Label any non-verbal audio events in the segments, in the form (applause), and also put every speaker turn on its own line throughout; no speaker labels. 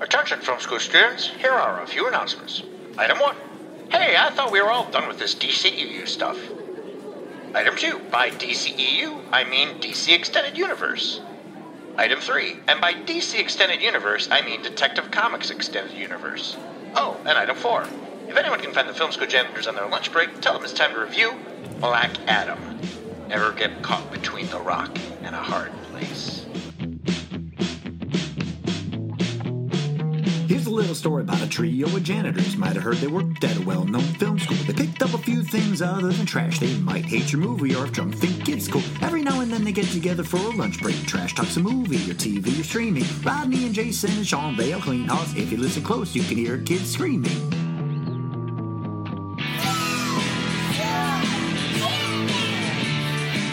Attention, film school students. Here are a few announcements. Item 1. Hey, I thought we were all done with this DCEU stuff. Item 2. By DCEU, I mean DC Extended Universe. Item 3. And by DC Extended Universe, I mean Detective Comics Extended Universe. Oh, and item 4. If anyone can find the film school janitors on their lunch break, tell them it's time to review Black Adam. Never get caught between the rock and a hard place.
Here's a little story about a trio of janitors. Might have heard they worked at a well known film school. They picked up a few things other than trash. They might hate your movie or if drunk think it's cool. Every now and then they get together for a lunch break. Trash talks a movie or TV or streaming. Rodney and Jason and Sean Bale clean house. If you listen close, you can hear kids screaming.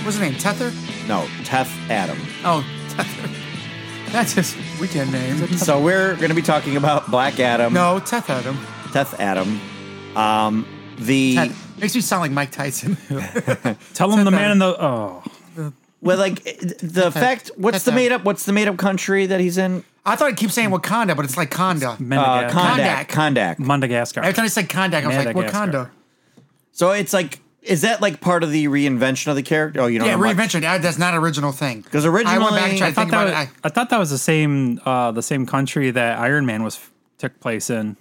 What's his name? Tether?
No, Teth Adam.
Oh, Tether. (laughs) That's his weekend name.
So we're going to be talking about Black Adam.
No, Teth Adam.
Teth Adam. Um, the
Tet- Makes me sound like Mike Tyson. (laughs)
Tell him the man in the. Oh.
well, like the fact. What's
Teth
the
Adam.
made up? What's the made up country that he's in?
I thought I keep saying Wakanda, but it's like Conda.
Uh,
Mendaga-
Kondak. Kondak.
Madagascar.
Every time I said Kondak, I was like Wakanda.
Madagascar.
So it's like, is that like part of the reinvention of the character? Oh, you don't
Yeah,
know. much.
reinvention. I- That's not original thing.
'Cause
I went back
originally-
and tried
I
to
I thought,
think
that
about
was,
it. I,
I thought that was the same uh, the same country that Iron Man was took place in.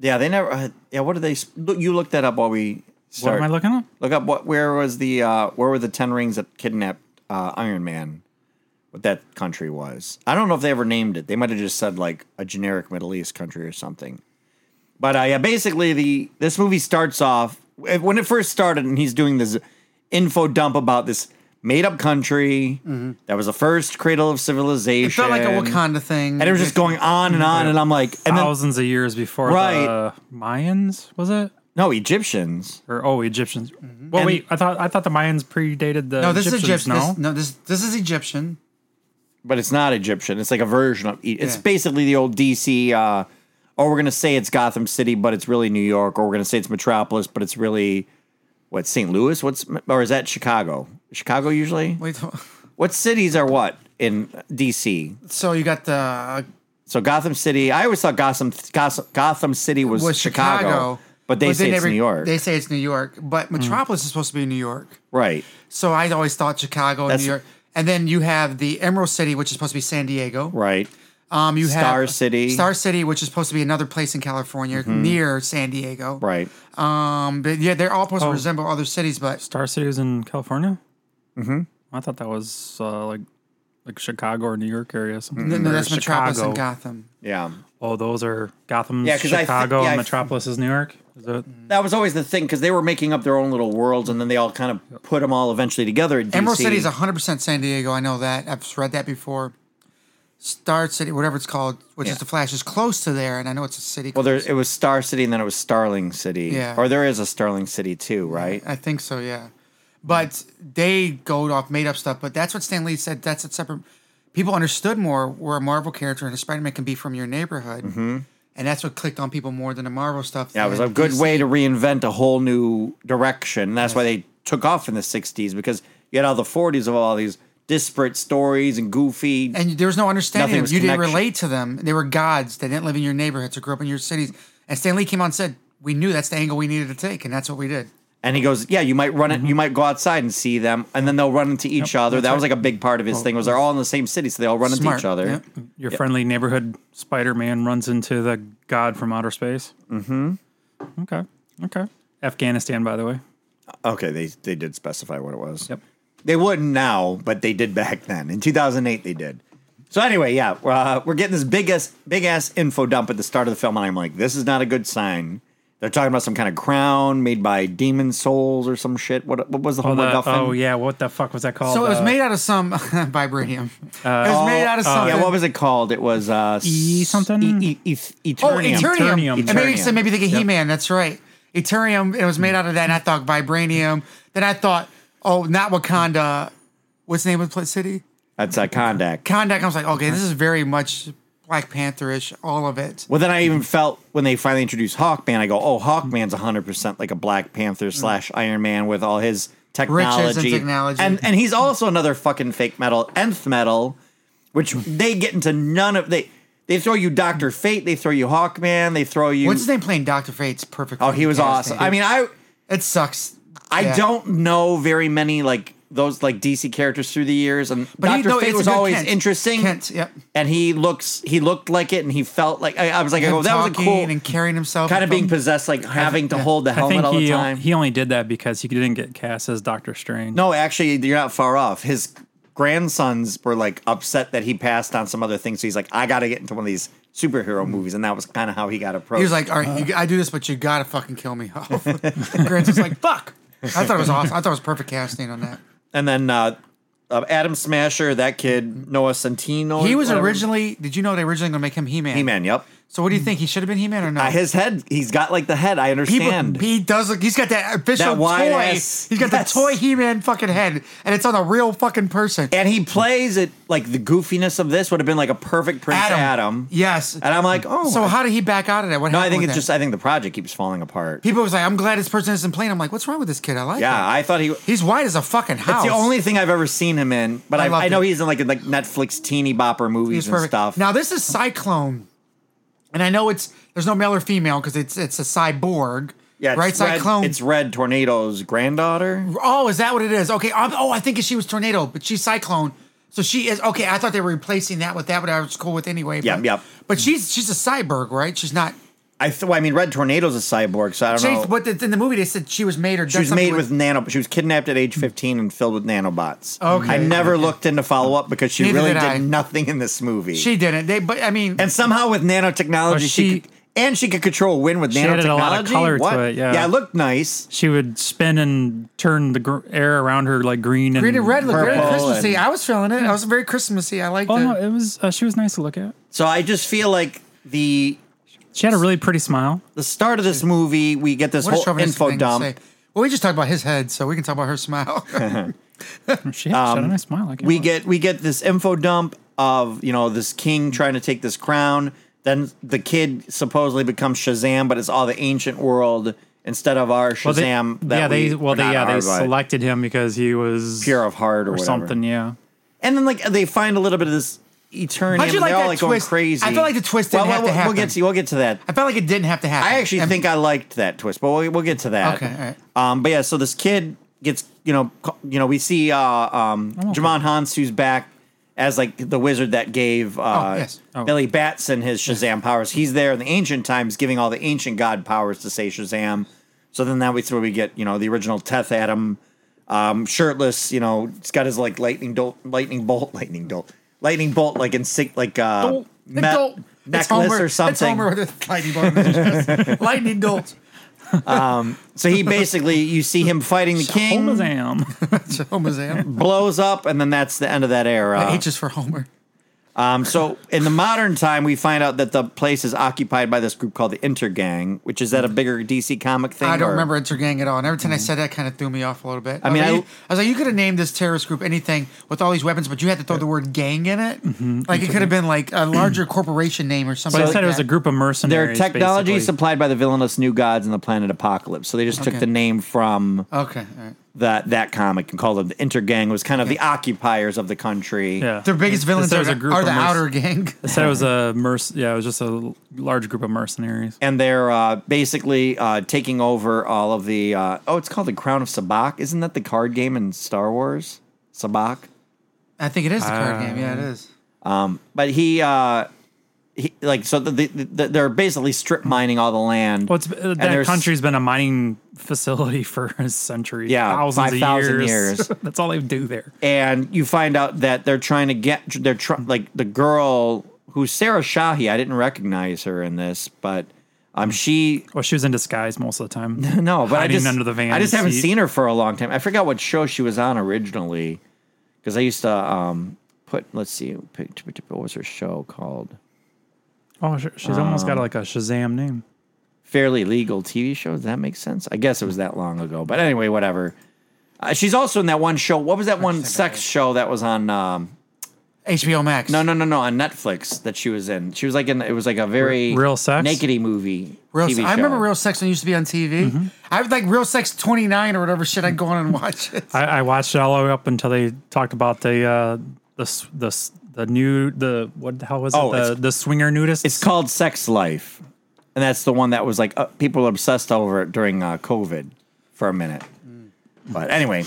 Yeah, they never. Uh, yeah, what did they? sp- look, You looked that up while we.
What
Started.
am I looking at?
Look up what. Where was the? Uh, where were the ten rings that kidnapped uh, Iron Man? What that country was? I don't know if they ever named it. They might have just said like a generic Middle East country or something. But uh, yeah, basically the this movie starts off eh, when it first started, and he's doing this info dump about this made up country that was the first cradle of civilization.
Mm-hmm. it felt like a Wakanda thing.
and it was just going on and on, and I'm like, and then
Thousands of years before
Right.
the Mayans, was it?
no Egyptians.
Or oh, Egyptians. Well,
And-
wait, I thought I thought the Mayans predated the
No, this
Egyptians.
is Egyptian.
No,
This, no, this this is Egyptian.
but it's not Egyptian. It's like a version of. E, It's
Yeah.
basically the old DC. Uh, or we're gonna say it's Gotham City, but it's really New York. Or we're gonna say it's Metropolis, but it's really what St. Louis. What's or is that Chicago? Chicago usually.
Wait,
What cities are what in DC?
so you got the uh,
So Gotham City. I always thought Gotham Gotham, Gotham City was,
was
Chicago,
Chicago,
but they say it's
never-
New York, Mm.
They say it's New York, but Metropolis is supposed to be New York.
right?
So I always thought Chicago and
That's-
New York. And then you have the Emerald City, which is supposed to be San Diego.
Right.
Um, you
Star
have
City. Mm-hmm.
Star City, which is supposed to be another place in California near San Diego.
Right. Oh.
Um, but yeah, they're all supposed to resemble other cities, but
Star City was in California. Mm-hmm. I thought that was uh, like like Chicago or New York area. Something.
no,
Or
that's Metropolis and
Chicago.
Gotham.
Yeah.
Oh, those are Gotham's
Yeah, 'cause I thi- yeah,
Chicago
I
and
f-
Metropolis is New York. Is it?
That was always the thing because they were making up their own little worlds, and then they all kind of put them all eventually together. At DC.
Emerald City is 100% San Diego. I know that. I've read that before. Star City, whatever it's called, which
Yeah.
is the Flash, is close to there, and I know it's a city.
Well, there
close.
it was Star City, and then it was Starling City.
Yeah.
Or there is a Starling City too, right?
I think so, yeah. But they go off made up stuff. But that's what Stan Lee said. That's a separate. People understood more where a Marvel character and a Spider Man can be from your neighborhood, and that's what clicked on people more than the Marvel stuff.
Mm-hmm. Yeah, it was a good
DC.
way to reinvent a whole new direction. That's why they took off in the '60s because you had all the '40s of all these disparate stories and goofy.
and there was no understanding.
Nothing
of
was
them. You didn't
connection.
relate to them. They were gods. They didn't live in your neighborhoods or grew up in your cities. And Stan Lee came on and said, "We knew that's the angle we needed to take, and that's what we did."
and he goes, "Yeah, you might run
Mm-hmm.
it. You might go outside and see them, and then they'll run into each other." That was like a big part of his thing was they're all in the same city, so they all run
Oh, Smart,
into each other.
yep.
Your friendly neighborhood Spider Man runs into the god from outer space. Mm-hmm. Okay. Okay. Afghanistan, by the way.
Okay, they they did specify what it was.
Yep.
They wouldn't now, but they did back then. In 2008, they did. So anyway, yeah, uh, we're getting this big ass big ass info dump at the start of the film, and I'm like, this is not a good sign. They're talking about some kind of crown made by demon souls or some shit. What what was the whole
The-
MacGuffin?
oh yeah, what the fuck was that called?
So it was
Uh,
made out of
(laughs)
some (laughs) vibranium. it was made out of something.
Yeah, what was it called? It was uh,
E something?
E, e, e,
Oh,
Eternium.
Eternium.
Eternium.
And maybe,
Eternium.
so maybe they get He-Man. That's right. Eternium. It was made out of that, and I thought vibranium. Then I thought, oh, not Wakanda. What's the name of the pla- city?
That's uh, Kondak.
Kondak. I was like, okay, this is very much Black Panther-ish. All of it.
Well, then I even felt when they finally introduced Hawkman, I go, oh, Hawkman's 100% like a Black
Mm.
Panther slash Iron Man with all his technology.
technology.
And, and
Mm.
he's also another fucking fake metal, nth metal, which they get into none of. they They throw you Doctor Fate. They throw you Hawkman. They throw you.
What's his name playing Doctor Fate's perfect?
Oh, he was
casting.
awesome. I mean, I
it sucks.
I
Yeah.
don't know very many like those like DC characters through the years, and
But he-
Doctor
no,
Fate
it's a
was
good
always
Kent.
interesting.
Kent, yep.
And he looks, he looked like it, and he felt like I, I was like,
Him
oh, that was a
talking
cool
and carrying himself,
kind of
and
being
film-
possessed, like having to
yeah.
hold the
I
helmet
think
all the
he,
time.
he only did that because he didn't get cast as Doctor Strange.
no, actually, you're not far off. His grandsons were like upset that he passed on some other things, so he's like, I got to get into one of these superhero movies, and that was kind of how Mm. he got approached.
He was like, "All right, you, I do this, but you gotta fucking kill me." (laughs) Grant's just like, "Fuck." I thought it was awesome. I thought it was perfect casting on that.
and then uh, uh, Adam Smasher, that kid Noah Centino.
He was
whatever.
originally. Did you know they originally gonna make him He Man?
He-Man. Yep.
So what do you think? He should have been He Man or
Uh,
not?
his head, he's got like Hmm. the head. I understand.
He, he does look. He's got that official
That wide
toy.
ass-
He's got
Yes.
the toy He Man fucking head, and it's on a real fucking person.
and he plays it like the goofiness of this would have been like a perfect Prince Adam.
Yes.
And I'm like, oh.
so how did he back out of that? What
No, I
happened
think
with
it's
that?
just. I think the project keeps falling apart.
people was like, "I'm glad this person isn't playing." I'm like, "What's wrong with this kid? I like."
yeah,
him.
I thought he.
he's white as a fucking house.
It's the only thing I've ever seen him in, but
I
I, I,
loved
know
it.
he's in like like Netflix teeny bopper
He's
movies and
perfect.
stuff.
Now this is Cyclone, and I know it's there's no male or female because it's it's a cyborg.
yeah, it's
right.
Red,
Cyclone.
It's Red Tornado's granddaughter.
Oh, is that what it is? Okay. i oh, I think she was tornado, but she's cyclone. So she is okay. I thought they were replacing that with that, but I was cool with anyway.
Yeah,
but,
yeah.
But she's she's a cyborg, right? She's not.
I th- well, I mean, Red Tornado's a cyborg, so I don't know.
She, but the, in the movie they said she was made or
She was made with nano. She was kidnapped at age fifteen and filled with nanobots.
Okay.
I never looked into follow up because she
Neither
really
did
did,
I.
nothing in this movie.
She didn't. They but I mean
and somehow with nanotechnology,
Oh,
she,
she-
could, and she could control wind with nanotechnology.
She added a lot of color to
What?
it, yeah.
yeah, it looked nice.
She would spin and turn the gr- air around her like green and
green and red looked very
Purple
Christmassy.
and-
I was feeling it. I was very Christmassy. I liked
Oh
it.
no, it was. Uh, she was nice to look at.
So I just feel like the
She had a really pretty smile.
the start of this movie, we get this
what a
whole
chauvinistic
info
thing
dump.
to say. Well, we just talked about his head, so we can talk about her smile. (laughs)
She had, she had a nice smile. I can't
Um, we
lie.
get we get this info dump of you know this king trying to take this crown. Then the kid supposedly becomes Shazam, but it's all the ancient world instead of our
Well, they-
Shazam. that
yeah,
we-
they well
or
they
not
yeah they
our, but
selected him because he was
pure of heart or,
or
whatever.
something. Yeah,
And then like they find a little bit of this eternium.
How'd you
and
like
they're all
that
like going
twist?
crazy.
I feel like the twist didn't
well,
have
well,
to
We'll
happen.
get to we'll get to that.
I felt like it didn't have to happen.
I actually
And-
think I liked that twist, but we'll, we'll get to that.
Okay, all right.
Um, but yeah, so this kid gets, you know, ca- you know, we see uh, um,
Oh,
Jamon Hans who's back as like the wizard that gave uh,
yes.
Oh.
Billy Batson his Shazam powers. He's there in the ancient times, giving all the ancient god powers to say Shazam. So then that way, where we get, you know, the original Teth Adam, um, shirtless. You know, he's got his like lightning bolt, lightning bolt, (laughs) lightning bolt, lightning bolt, like in like uh,
Dolt.
me-
Dolt. It's
necklace
Homer.
or something.
It's Homer with a lightning bolt. in his
(laughs)
chest. lightning bolt. (laughs)
So he basically, you see him fighting the king,
Shazam.
It's Homer's am.
blows up, and then that's the end of that
Uh,
era.
H is for Homer.
Um, so in the modern time, we find out that the place is occupied by this group called the Intergang, which is that a bigger DC comic thing?
I don't
or-
remember Intergang at all. And every
Mm-hmm.
time I said that, kind of threw me off a little bit. I,
mean,
was like,
I-
I was like, you could have named this terrorist group anything with all these weapons, but you had to throw the word gang in it.
Mm-hmm.
Like it could have been like a larger corporation name or something.
But I
like
said it was
that.
a group of
Their
mercenaries.
technology
basically.
supplied by the villainous new gods and the planet Apocalypse. So they just took
Okay.
the name from
Okay. All right.
that that comic and called it the Intergang. It was kind of the occupiers of the country.
Yeah.
Their biggest
It
villains
said it
are,
was a
the-
group
are
of
the
merc-
outer gang. (laughs)
It said it was a merc. Yeah, it was just a l- large group of mercenaries.
and they're uh, basically uh, taking over all of the. Uh, oh, it's called the Crown of Sabak. Isn't that the card game in Star Wars? Sabak.
I think it is the
Uh,
card game. Yeah, it is.
But he, uh, he like so the, the, the, they're basically strip mining all the land.
Well, it's, uh, that
there's-
country's been a mining facility (laughs) for centuries.
Yeah,
thousands of
5,000
years.
years.
(laughs) That's all they do there.
and you find out that they're trying to get they're try, like the girl who's Sarah Shahi. I didn't recognize her in this, but um, she
Well, she was in disguise most of the time.
(laughs) No, but I
Hiding
just
under the van
I just haven't
seat.
seen her for a long time. I forgot what show she was on originally because I used to um put. Let's see, what was her show called?
Oh, sh- she's almost got like a Shazam name.
Fairly Legal TV show. Does that make sense? I guess it was that long ago, but anyway, whatever. Uh, she's also in that one show. What was that one sex show that was on? Um,
HBO Max.
no, no, no, no, on Netflix that she was in. She was like in. It was like a very
Real Sex?
nakedy movie.
Real,
TV
I remember
show.
Real Sex when it used to be on TV.
Mm-hmm.
I would like Real Sex 29 or whatever shit. I'd go on and (laughs) watch it.
I, I watched it all the way up until they talked about the uh, the s- the s- the new the what the hell was
Oh,
it the
it's-
the swinger nudist?
It's called Sex Life, and that's the one that was like uh, people were obsessed over it during uh, COVID for a minute.
Hmm.
But
(laughs)
anyway,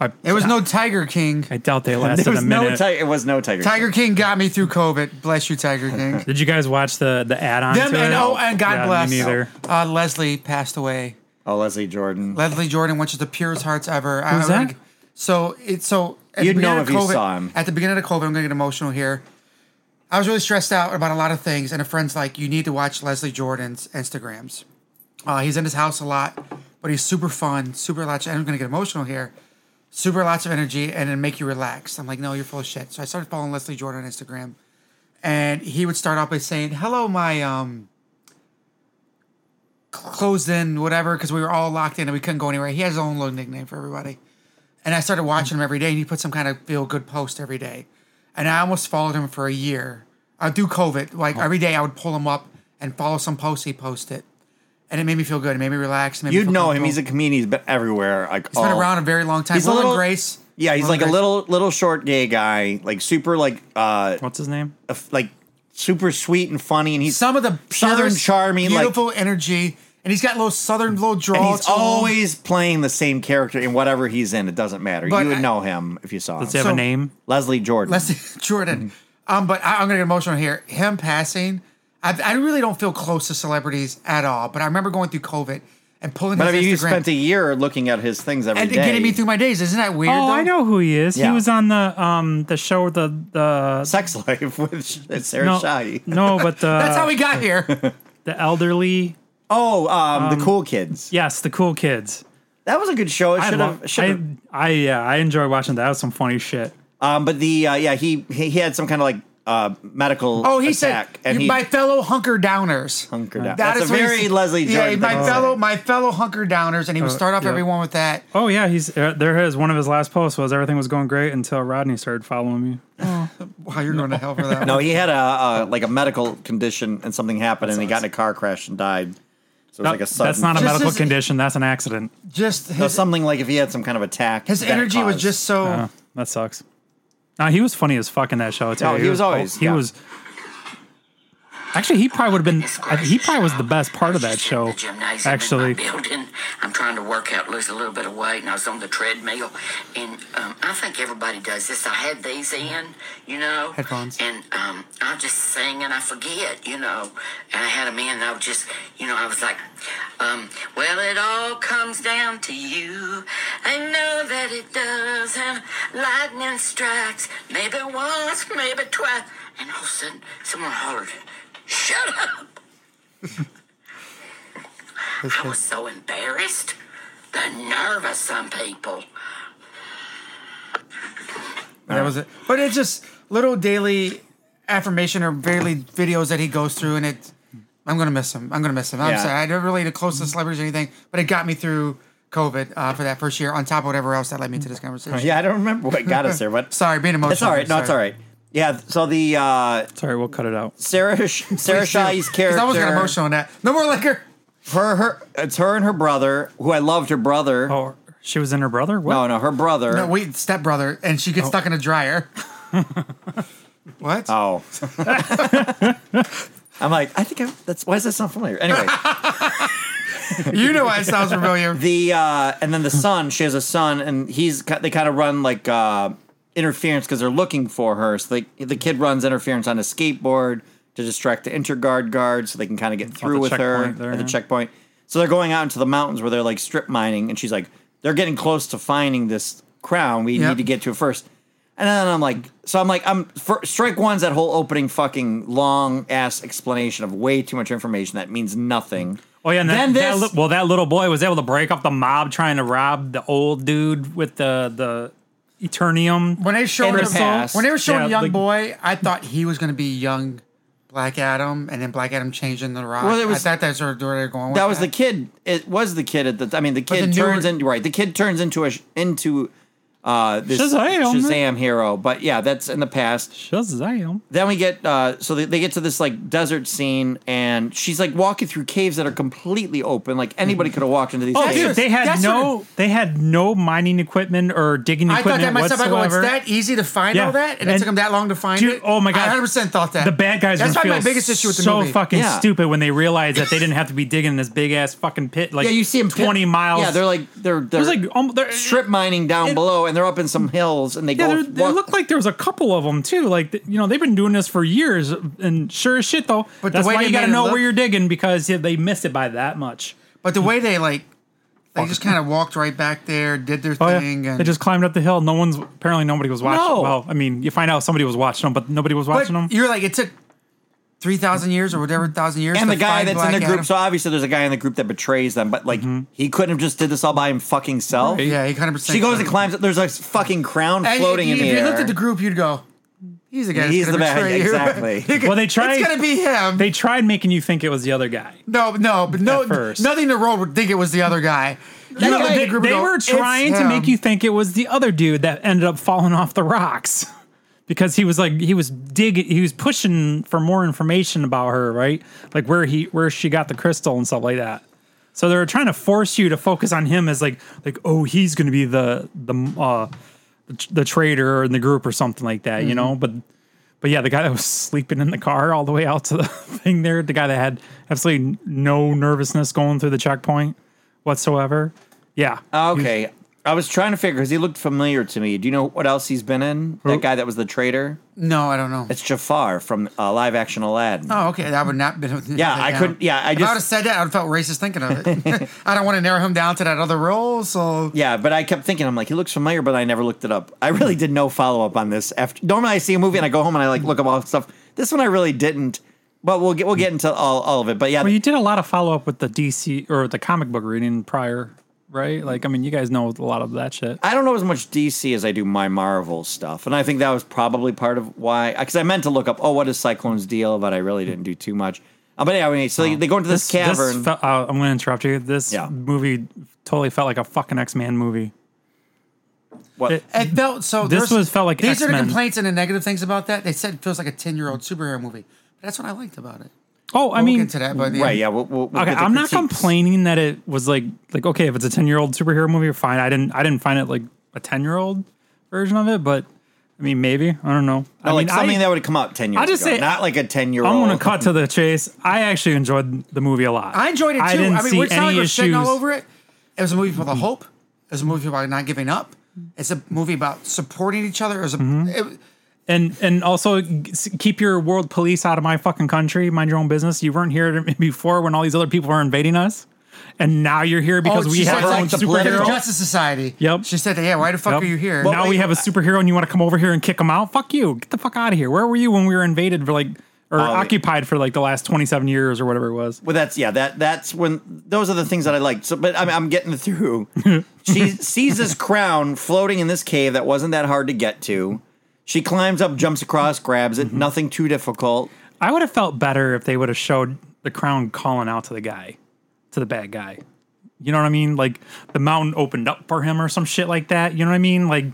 I,
It was no Tiger King.
I doubt they
(laughs)
lasted
there
a
was
minute.
no ti- it was no Tiger. King.
Tiger King got me through COVID. Bless you, Tiger King.
Did you guys watch the the add on?
Them
to
and
it?
oh, and God
Yeah, me
bless.
neither.
Uh, Leslie passed away.
Oh, Leslie Jordan.
Leslie Jordan, which is the purest hearts ever. I-
Who's
I already-
that?
So it's so. At
You'd
the beginning
know
of
if you
COVID,
saw him.
At the beginning of COVID, I'm going to get emotional here. I was really stressed out about a lot of things, and a friend's like, "You need to watch Leslie Jordan's Instagrams. Uh, he's in his house a lot, but he's super fun, super lots. I'm going to get emotional here. Super lots of energy, and it make you relax. I'm like, no, you're full of shit. So I started following Leslie Jordan on Instagram, and he would start off by saying, "Hello, my um." closed in, whatever, because we were all locked in and we couldn't go anywhere. He has his own little nickname for everybody. And I started watching him every day, and he put some kind of feel good post every day. And I almost followed him for a year. I do COVID. Like every day, I would pull him up and follow some post he posted, and it made me feel good. It made me relax. it made me
You'd
feel
know him.
comfortable.
He's a comedian. He's been everywhere. Like,
He's been
all-
around a very long time.
He's a
Will and
little
Grace.
Yeah, he's
Will
like
and
a
Grace.
little little short gay guy, like super like uh
What's his name?
f- like super sweet and funny, and he's
Some of the
southern
purest,
charming, like-
beautiful energy, and he's got little southern little drawl.
and he's
to him.
always playing the same character in whatever he's in. It doesn't matter.
But
you would
I-
know him if you saw him.
Does he have
So-
a name?
Leslie Jordan.
Leslie (laughs) Jordan.
Mm-hmm.
Um, but I, I'm gonna get emotional here. Him passing, I, I really don't feel close to celebrities at all. But I remember going through COVID and pulling
but I
his
mean, you
Instagram
spent a year looking at his things every day.
and getting me through my days. Isn't that weird?
Oh,
though?
I know who he is.
Yeah.
He was on the um the show with the the
sex life (laughs) with uh, Sarah
no,
Shahi.
no, but
(laughs)
the
That's how we
Uh, (laughs)
got here.
the elderly.
Oh, um, the cool kids.
Yes, the cool kids.
That was a good show. It
I
should
love.
have.
I,
Should
I yeah, I enjoy watching that. That was some funny shit.
Um, but the uh, yeah, he, he he had some kind of like uh medical.
Oh, he said,
attack, and
"You-
he
"My fellow hunker downers."
hunker down.
That
That's
is
a
what he
very
said.
Leslie Jordan.
Yeah, my
thing Uh, to
fellow,
say.
my fellow hunker downers, and he would start off
yeah.
everyone with that.
Oh yeah, he's uh, there. His one of his last posts was everything was going great until Rodney started following me.
Wow, you're going to hell for that.
No, Oh, he had a, a like a medical condition, and something happened, and he got in a car crash and died. So it was
That-
like a sudden.
that's not a
Just
medical
his-
condition. That's an accident.
Just
So
his,
something like if he had some kind of attack.
his
that
energy was
caused-
just so.
Uh, that sucks. Nah, he was funny as fuck in that show too.
Oh, he was always-
he
yeah.
was. Actually, he probably would have been. I- He probably was the best part of that show. Actually,
building. I'm trying to work out, lose a little bit of weight, and I was on the treadmill. And um, I think everybody does this. I had these in, you know,
Headphones.
and um, I just sang and I forget, you know. And I had them in, and I was just, you know, I was like, um, well, it all comes down to you. I know that it does. And lightning strikes, maybe once, maybe twice. And all of a sudden, someone hollered, "Shut up!" I was so embarrassed. The nerve of some people.
That was it. But it's just little daily affirmation or daily videos that he goes through, and it. I'm gonna miss him. I'm gonna miss him. I'm
Yeah. Mm-hmm.
sorry. I never really the close to celebrities or anything, but it got me through COVID uh, for that first year. On top of whatever else that led me to this conversation.
Mm-hmm. Yeah, I don't remember what got us there, but
(laughs) Sorry, being emotional.
it's all right. No, it's all right. Yeah. So the uh,
sorry, we'll cut it out.
Sarah Sarah
(laughs)
Shai's character.
Because I was getting emotional on that. No more liquor.
Her, her, it's her and her brother, who I loved. Her brother.
Oh, she was in her brother. What?
No, no, her brother.
No, wait, stepbrother, and she gets stuck in
(laughs)
a dryer. what? (laughs)
Oh. (laughs) I'm like, I think I, that's why does that sound familiar?
(laughs)
Anyway,
You know why it sounds familiar.
the uh, and then the son, she has a son, and he's ki- they kind of run like uh, interference because they're looking for her. So they, the kid runs interference on a skateboard to distract the interguard guard, so they can kind of get through with her
checkpoint there,
at the
yeah.
checkpoint. So they're going out into the mountains where they're like strip mining, and she's like, they're getting close to finding this crown. We
Yep.
need to get to it first. And then I'm like, so I'm like, I'm for, strike one's that whole opening fucking long ass explanation of way too much information that means nothing.
Oh yeah, and
then
that, that
this,
li- well, that little boy was able to break up the mob trying to rob the old dude with the the eternium.
When they showed
In the
him-
past.
when they were showing
Yeah,
young
like-
boy, I thought he was going to be young Black Adam, and then Black Adam changing the rock.
Well, it was-
I thought that's where they were going. With
that was the kid. It was the kid at the. I mean, the kid
the newer-
turns into right. The kid turns into a sh- into Uh, this
Shazam.
Shazam hero, but yeah, that's in the past
Shazam.
then we get uh so they, they get to this like desert scene and she's like walking through caves that are completely open like anybody could have walked into these
Oh,
caves
dude, they had
that's
no,
sort
they had no mining equipment or digging
I thought
equipment
that myself. I go, it's
whatsoever.
that easy to find
Yeah.
all that, and, it
And-
took them that long to find
Dude,
it.
oh my god!
I 100 percent thought that
the bad guys.
That's
were
probably my biggest issue with the
so
movie.
fucking
Yeah.
stupid when they realized that they didn't have to be digging in this big ass fucking pit. Like
yeah you see them pit-
twenty miles.
yeah they're like they're they're
was like, um, they're-
strip mining down
it-
below and they're up in some hills and they
Yeah,
go
there, there
walk-
looked like there was a couple of them too. Like th- you know, they've been doing this for years, and sure as shit though.
But
But
the
that's
way
why
they
you got
made it
to know
look-
where you're digging because yeah, they missed it by that much.
But the way they like, they just kind of walked right back there, did their
Oh,
thing,
yeah.
and
They just climbed up the hill. No one's apparently nobody was watching.
No.
Well, I mean, you find out somebody was watching them, but nobody was
But
watching them.
you're like, it took three thousand years or whatever thousand years.
and
to
the guy
find
that's
Black
in the group
Adam.
so obviously there's a guy in the group that betrays them but like
Mm-hmm.
he couldn't have just did this all by him fucking self
yeah, he hundred percent.
she goes and climbs up there's a fucking crown floating
if,
in the
if
air
you looked at the group, you'd go, "He's the guy.
He's
that's
the
gonna
bad-
betray (laughs) you."
exactly.
Well, they tried-
It's gonna be him.
They tried making you think it was the other guy.
no, no, but no,
At first.
nothing in the world would think it was the other guy. You
guy-
look at
they,
the group and
they
go,
were
"It's
trying to
him."
make you think it was the other dude that ended up falling off the rocks because he was like he was digging he was pushing for more information about her right like where he where she got the crystal and stuff like that so they were trying to force you to focus on him as like like oh he's gonna be the the uh the trader in the group or something like that
Mm-hmm.
you know but but yeah, the guy that was sleeping in the car all the way out to the (laughs) thing there, the guy that had absolutely no nervousness going through the checkpoint whatsoever. Yeah.
Okay. I was trying to figure because he looked familiar to me. Do you know what else he's been in? That guy that was the traitor?
No, I don't know.
It's Jafar from uh, Live Action Aladdin.
Oh, okay. That would
(laughs)
not been.
Yeah, I couldn't- yeah, I
if I
just-
would have said that, I would have felt racist thinking of it. (laughs) I don't want to narrow him down to that other role, so
Yeah, but I kept thinking, I'm like, he looks familiar, but I never looked it up. I really did no follow up on this. After normally I see a movie and I go home and I like look up all the stuff. This one I really didn't. But we'll get we'll get into all, all of it. But yeah,
Well, you did a lot of follow up with the DC or the comic book reading prior, right? Like, I mean, you guys know a lot of that shit.
I don't know as much DC as I do my Marvel stuff, and I think that was probably part of why. Because I meant to look up, oh, what is Cyclone's deal? But I really didn't do too much. Uh, but anyway, so they, they go into this, cavern.
fe- uh, I'm going to interrupt you. This
Yeah.
movie totally felt like a fucking X Man movie.
what,
it-
It felt so.
This
there's-
was- felt like
these are the
X-Men.
complaints and the negative things about that. They said it feels like a ten year old superhero movie. But that's what I liked about it.
Oh, I
We'll
mean,
get to that, but yeah.
right? Yeah. We'll, we'll, we'll
okay,
get the
I'm not
critiques.
complaining that it was like like okay, if it's a ten year old superhero movie, fine. I didn't I didn't find it like a ten year old version of it, but I mean maybe I don't know. I
No, like
mean,
something
I,
that would have come out ten years
I'll just
ago,
say-
not like a ten year old.
I'm gonna cut to the chase. I actually enjoyed the movie a lot.
I enjoyed it too.
I didn't
mean,
see
we're telling
any
we're shitting
issues.
all over it. It was a movie about the hope. It was a movie about not giving up. It's a movie about supporting each other. It was a.
Mm-hmm.
It, oh,
and and also g- s- keep your world police out of my fucking country. Mind your own business. You weren't here to- before when all these other people were invading us, and now you're here because
oh,
we
she
have
said
our
like
own
the political-
the
superhero.
Justice Society.
Yep.
She said that. Yeah. Why the fuck
Yep.
are you here?
now we have a superhero, and you want to come over here and kick him out? Fuck you! Get the fuck out of here. Where were you when we were invaded for like or occupied for like the last twenty seven years or whatever it was?
Well, that's yeah. That that's when those are the things that I like. So, but I'm, I'm getting
(laughs)
through. she sees this crown floating in this cave that wasn't that hard to get to. She climbs up, jumps across, grabs
Mm-hmm.
it. Nothing too difficult.
I would have felt better if they would have showed the crown calling out to the guy, to the bad guy. You know what I mean? Like the mountain opened up for him or some shit like that. You know what I mean? Like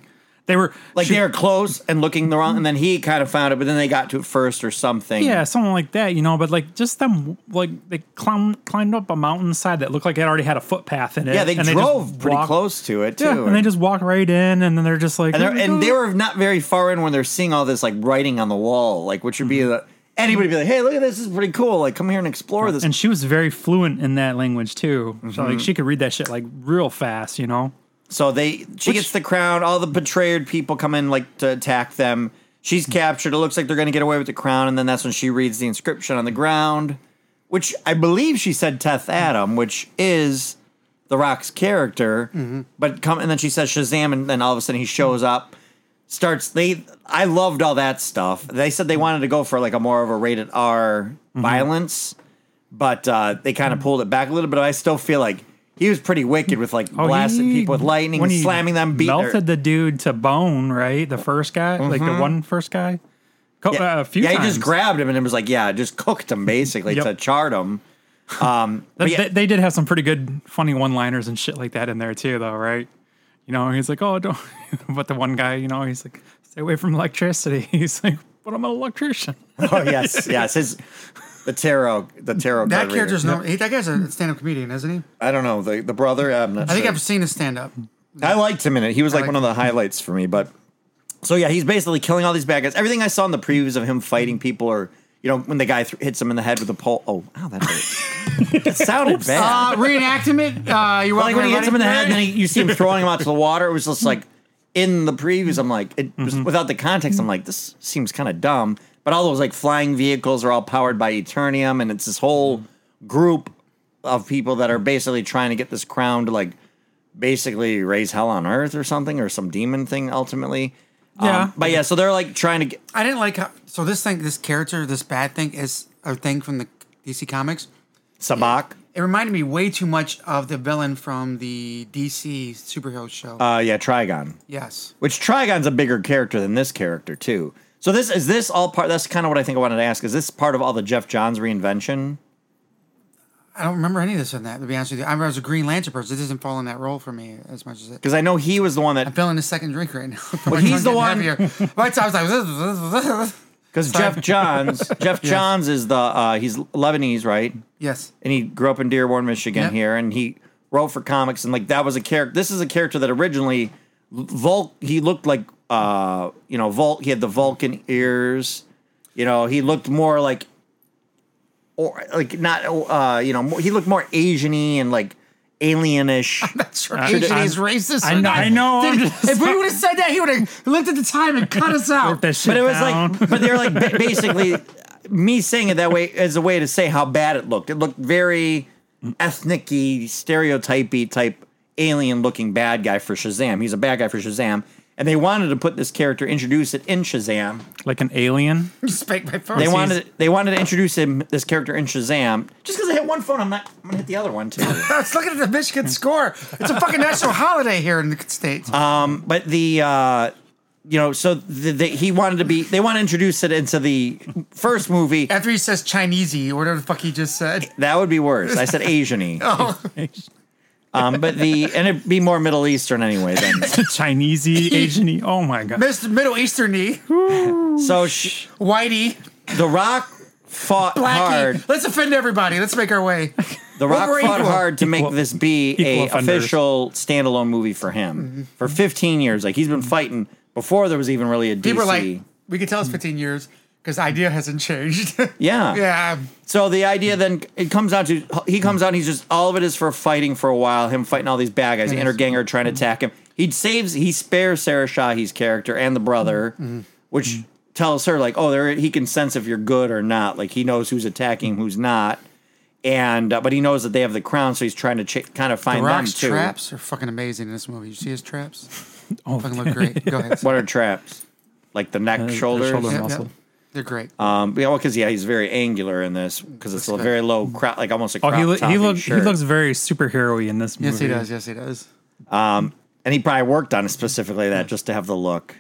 they were
Like
she-
they were close and looking the wrong, and then he kind of found it, but then they got to it first or something.
Yeah, something like that, you know. But like, just them, like they climb, climbed up a mountainside that looked like it already had a footpath in it.
yeah. They
and
drove
just
pretty
walked-
close to it too.
Yeah, and they just walk right in, and then they're just like,
And, they're, and
"Oh,
they were not very far in when they're seeing all this like writing on the wall, like which would
Mm-hmm.
be the anybody would be like, hey, look at this, this is pretty cool. Like, come here and explore this.
and she was very fluent in that language too. So
Mm-hmm.
like she could read that shit like real fast, you know.
so they she gets the crown. All the betrayed people come in like to attack them. She's
Mm-hmm.
captured. It looks like they're going to get away with the crown, and then that's when she reads the inscription on the ground, which I believe she said Teth Adam, which is the Rock's character. But come and then she says Shazam, and then all of a sudden he shows up. Starts they. I loved all that stuff. They said they wanted to go for like a more of a rated R violence, but uh, they kind of
Mm-hmm.
pulled it back a little bit. I still feel like he was pretty wicked with like
Oh,
blasting
he-
people with lightning,
when he
slamming them, beating their-
melted the dude to bone, right? The first guy, like the one first guy, Co-
Mm-hmm. yeah,
uh, a few
yeah,
times.
he just grabbed him and it was like, yeah, just cooked him basically
Yep.
to chart
(laughs)
him.
Th-
yeah.
they, they did have some pretty good, funny one-liners and shit like that in there too, though, right? You know, he's like, oh, don't. (laughs) but the one guy, you know, he's like, stay away from electricity. (laughs) He's like, but I'm an electrician.
Oh yes, (laughs) yes. His the tarot, the tarot.
That
card reader.
character's no. He, that guy's a stand-up comedian, isn't he?
I don't know the the brother. I'm not.
I think
sure.
I've seen his stand-up.
I liked him in it. He was like
liked
one of the highlights for me. But so yeah, he's basically killing all these bad guys. Everything I saw in the previews of him fighting people, or you know, when the guy th- hits him in the head with a pole. Oh, wow, that hurt.
(laughs)
it sounded bad.
Uh, reenactment. Uh,
(laughs)
you're
like
welcome.
when he hits him in the head, and then
everybody.
he, you see him throwing him out to the water. It was just like in the previews. I'm like, it was, without the context, I'm like, this seems kind of dumb. But all those like flying vehicles are all powered by Eternium, and it's this whole group of people that are basically trying to get this crown to like basically raise hell on earth or something or some demon thing ultimately. Um,
Yeah.
but yeah, so they're like trying to get.
I didn't like how. So this thing, this character, this bad thing is a thing from the DC comics.
Sabak.
It reminded me way too much of the villain from the DC superhero show.
Uh, yeah, Trigon.
yes.
Which Trigon's a bigger character than this character too. So this is this all part. That's kind of what I think I wanted to ask. Is this part of all the Jeff Johns reinvention?
I don't remember any of this in that, to be honest with you. I remember I was a Green Lantern person. It doesn't fall in that role for me as much as it.
Because I know he was the one
I'm
that.
feeling a second drink right now. (laughs)
Well,
My
he's
tongue's
the
getting heavier. right, so I was like,
Because Jeff Johns, Jeff Johns is the uh, he's Lebanese, right?
yes. (laughs)
And he grew up in Dearborn, Michigan,
Yep.
here, and he wrote for comics, and like that was a character. This is a character that originally Vulc. He looked like uh, you know Vulc. He had the Vulcan ears. You know, he looked more like or like not uh, you know more, he looked more Asian-y and like alienish.
Sure, Asian
I'm-
is racist.
I
or
know-
not.
I know, I'm
Dude,
just-
if we would have said that, he would have looked at the time and cut
(laughs)
us out.
That shit
but it was
down.
like but they're like ba- basically me saying it that way is a way to say how bad it looked it looked very ethnic-y stereotypey type alien looking bad guy for shazam he's a bad guy for shazam and they wanted to put this character introduce it in shazam
(laughs) like an alien.
You spake my first.
they wanted they wanted to introduce him this character in shazam just because i hit one phone i'm not i'm gonna hit the other one too
I was looking at the
(laughs)
Michigan score. It's a fucking national holiday here in the states.
but the uh you know, so the, the, he wanted to be. They want to introduce it into the first movie.
After he says Chinesey or whatever the fuck he just said,
That would be worse. I said Asian-y. Um, but the and it'd be more Middle Eastern anyway.
(laughs)
Then
Chinesey, Asian. Oh my god.
Mr. Middle Easterny,
so sh-
Whitey,
the Rock fought
Blackie.
hard.
Let's offend everybody. Let's make our way.
The Rock
we're
fought
equal.
hard to make
Equal-
this be
equal
a
offenders.
official standalone movie for him
Mm-hmm.
for 15 years. Like he's been fighting before there was even really a DC.
People are like, we can tell it's 15 years because the idea hasn't changed. (laughs)
yeah,
yeah.
So the idea then it comes out to he comes out. and He's just all of it is for fighting for a while. Him fighting all these bad guys. The inner gang are
Mm-hmm.
trying to attack him. He saves. He spares Sarah Shahi's character and the brother,
Mm-hmm.
which tells her like, oh, there he can sense if you're good or not. Like he knows who's attacking, who's not. And uh, but he knows that they have the crown, so he's trying to ch- kind of
The
find them
Rock's
too.
traps are fucking amazing in this movie. You see
(laughs)
his traps? Oh, fucking look great. Go ahead.
What are traps? Like the neck,
Uh, the
shoulders.
shoulder
Yep,
muscle.
yep. They're great.
Um, yeah, because yeah, he's very angular in this because it's a very low crop, like almost a
Oh,
crop
he, lo-
top
he, look, he
shirt.
looks very superhero-y in this movie.
yes, he does. Yes, he does.
and he probably worked on it specifically that just to have the look.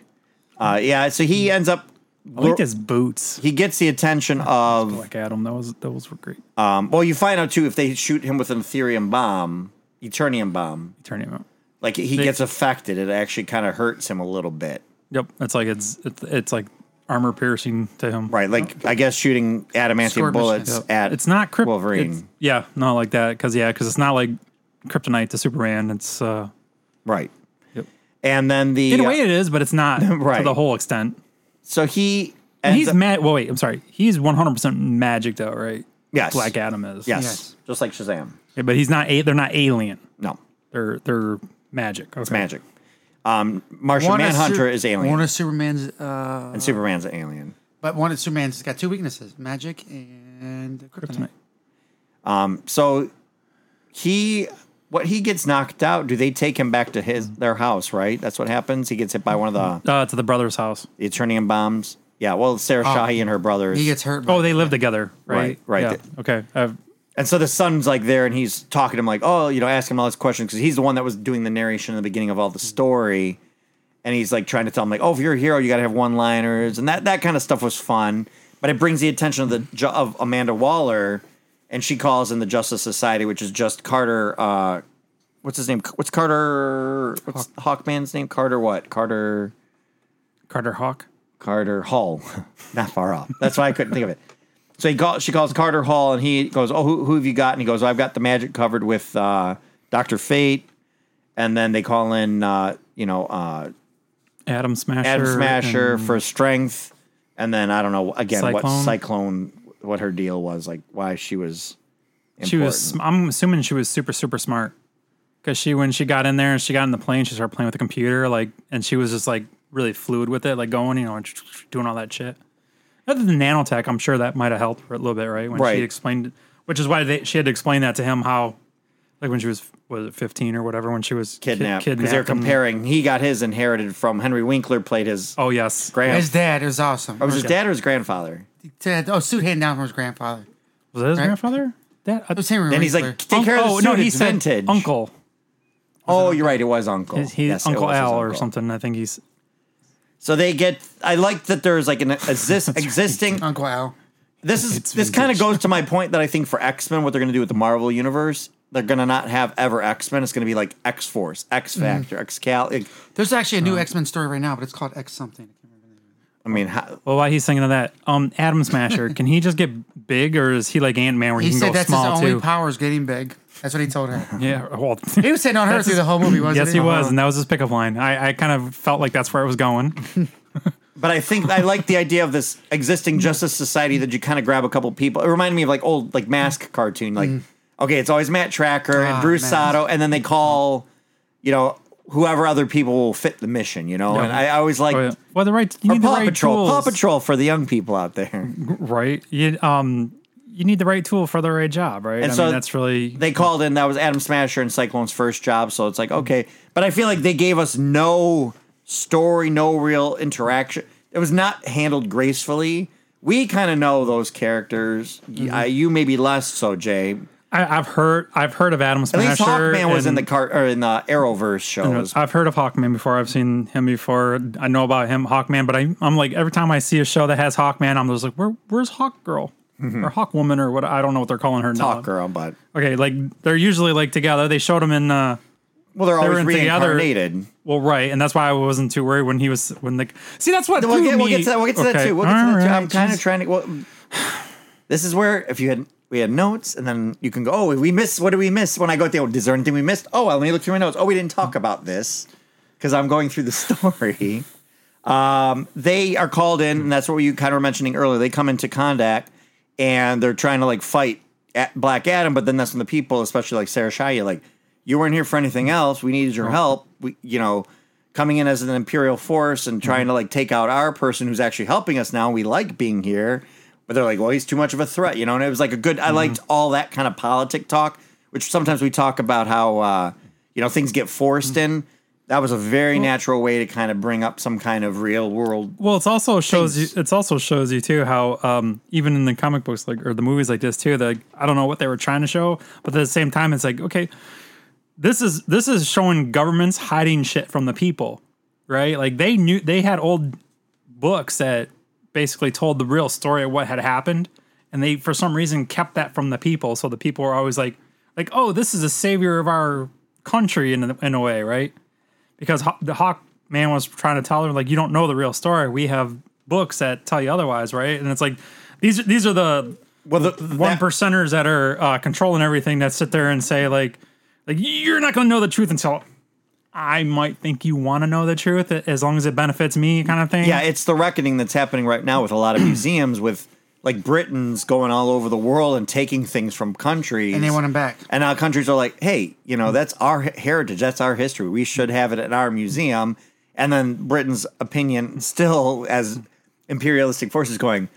Uh, yeah, so he ends up
I like his boots.
he gets the attention of
Black Adam. Those those were great.
um, well, you find out too if they shoot him with an Ethereum bomb, Eternium bomb,
Turn him out.
like he gets affected. It actually kind of hurts him a little bit,
Yep, it's like it's it's, it's like armor piercing to him.
right? Like I guess shooting adamantium
Scorpius,
bullets
yeah.
at
It's not crypt-
Wolverine,
it's- yeah, not like that because yeah, because it's not like kryptonite to Superman. It's uh,
right?
Yep.
And then the
in a way it is, but it's not
uh, (laughs) Right.
to the whole extent.
so he
And
ends
he's
up-
mad. Well, wait, I'm sorry. He's 100 percent magic though, right?
Yes.
Black Adam is.
yes,
Yes.
just like Shazam.
Yeah, but he's not. A- they're not alien.
No,
They're they're magic. Okay.
it's magic. Um, Martian Manhunter is alien
One of Superman's, uh,
and Superman's an alien.
but one of Superman's has got two weaknesses: magic and kryptonite.
Kryptonite.
So he what he gets knocked out, do they take him back to his their house, right? That's what happens. He gets hit by one
Mm-hmm.
of the,
Uh, to the brother's house.
the Eternium bombs. Yeah, well, Sarah Shahi and her brothers.
Oh. He gets hurt. by
Oh, they live together, right?
Right, right.
Yeah. Okay. Uh, I've,
and so the son's like there and he's talking to him like, "Oh, you know, ask him all these questions because he's the one that was doing the narration in the beginning of all the story." And he's like trying to tell him like, "Oh, if you're a hero, you got to have one-liners." And that that kind of stuff was fun, but it brings the attention of the ju- of Amanda Waller and she calls in the Justice Society, which is just Carter uh what's his name? What's Carter? What's Hawkman's name? Carter what? Carter
Carter Hawk.
Carter Hall. (laughs) Not far off. That's why I couldn't think of it. So he call, she calls Carter Hall and he goes, "Oh, who, who have you got?" And he goes, "I've got the magic covered with uh, Doctor Fate." And then they call in, uh, you know, uh,
Adam Smasher.
Adam Smasher
and-
for strength, and then I don't know again what
Cyclone.
Cyclone, what her deal was, like why she was. Important.
she was. I'm assuming she was super super smart because she when she got in there and she got in the plane, she started playing with the computer like, and she was just like really fluid with it, like going, you know, and doing all that shit. Other than nanotech, I'm sure that might have helped her a little bit, right? When
Right.
she explained, which is why they, she had to explain that to him how, like when she was was it 15 or whatever when she was kid-
kidnapped because they're
kidnapped and-
comparing. He got his inherited from Henry Winkler played his
Oh yes,
grand. oh,
His dad is awesome.
was his dad or his grandfather?
dad. Oh, suit handed down from his grandfather.
was that his
Right.
grandfather? That
It was Henry
Then he's
Winkler.
like, take care
oh
of the
no, he
it's
said
vintage.
uncle.
Oh, you're right. It was uncle.
His, his
Yes, it
uncle
was his
Al or
uncle.
something. I think he's
So they get. I like that there's
(laughs)
like an exist, existing.
Uncle Al.
This is this kind of goes to my point that I think for X Men, what they're going to do with the Marvel universe, they're going to not have ever X Men. It's going to be like X Force,
Mm.
X Factor, X Cal.
There's actually a
Uh.
new X Men story right now, but it's called X something.
I mean, how,
Well, while he's thinking of that, um, Adam Smasher, can he just get big, or is he like Ant Man, where he,
He
can
said
go
that's his
small
only
too?
power is getting big. That's what he told her.
yeah, well,
(laughs) He was hitting on her
That's
through
his-
the whole movie, wasn't
yes,
he?
he was, and that was his pickup line. I, I kind of felt like that's where it was going.
but I think I like the idea of this
Mm.
existing Justice Society that you kind of grab a couple people. It reminded me of like old like
Mm.
Mask cartoon. Like okay, it's always Matt Tracker and
Ah,
Bruce
Matt.
Sato, and then they
Mm.
call, you know, whoever other people will fit the mission. You know, and I, I always like.
Oh, yeah. Well, the right, you
Or
need
Paw
the right
Patrol, Paw
tools,
Patrol for the young people out
(laughs)
there.
right? You um, you need the right tool for the right job, right?
And
I
so
mean, that's really
They called in that was Adam Smasher and Cyclone's first job, so it's like okay, but I feel like they gave us no story, no real interaction. It was not handled gracefully. We kind of know those characters. Y-
Mm-hmm.
Uh, you maybe less so, Jay.
I, I've heard I've heard of Adam
At
Smasher.
least Hawkman was in
and-
the car or in the Arrowverse shows.
Oh, I've heard of Hawkman before. I've seen him before. I know about him, Hawkman. But I, I'm like every time I see a show that has Hawkman, I'm just like, where, where's Hawk Girl or Hawk Woman or what? I don't know what they're calling her. now.
Mm-hmm. Hawk Girl, but
Okay, like they're usually like together. They showed him in. uh
well, they're always
in together.
reincarnated.
well, right, and that's why I wasn't too worried when he was when the see that's what
We'll
threw
get, we'll
me-
get to that. We'll get to that
Okay,
too. We'll get to that
all
too.
right,
I'm kind of
just-
trying to. Well, this is where if you had we had notes, and then you can go. Oh, we missed. What did we miss? When I go through, is there anything we missed? Oh, well, let me look through my notes. Oh, we didn't talk about this because I'm going through the (laughs) story. Um, they are called in, and that's what you kind of were mentioning earlier. They come into contact, and they're trying to like fight at Black Adam, but then that's when the people, especially like Sarah Shia, like you weren't here for anything else. We needed your help. We, you know, coming in as an imperial force and trying to like take out our person who's actually helping us now. We like being here, but they're like, well, he's too much of a threat, you know. And it was like a good. I liked all that kind of politic talk, which sometimes we talk about how uh, you know things get forced in. That was a very natural way to kind of bring up some kind of real world
Well, it's also shows
things.
you. It's also shows you too how um, even in the comic books like or the movies like this too. That I don't know what they were trying to show, but at the same time, it's like okay, this is this is showing governments hiding shit from the people, right? Like they knew they had old books that basically told the real story of what had happened, and they for some reason kept that from the people. So the people were always like, like oh, this is a savior of our country in a- in a way, right? because Haw- the Hawk man was trying to tell her like you don't know the real story. We have books that tell you otherwise, right? And it's like these are- these are the
well the
one
that-
percenters that are uh, controlling everything that sit there and say like like you're not going to know the truth until I might think you want to know the truth as long as it benefits me, kind of thing.
Yeah, it's the reckoning that's happening right now with a
(clears throat)
lot of museums with like Britain's going all over the world and taking things from countries.
And they Mm. want him back.
And now countries are like, "Hey, you know, that's our he- heritage, that's our history. We should have it at our museum." And then Britain's opinion still as imperialistic forces going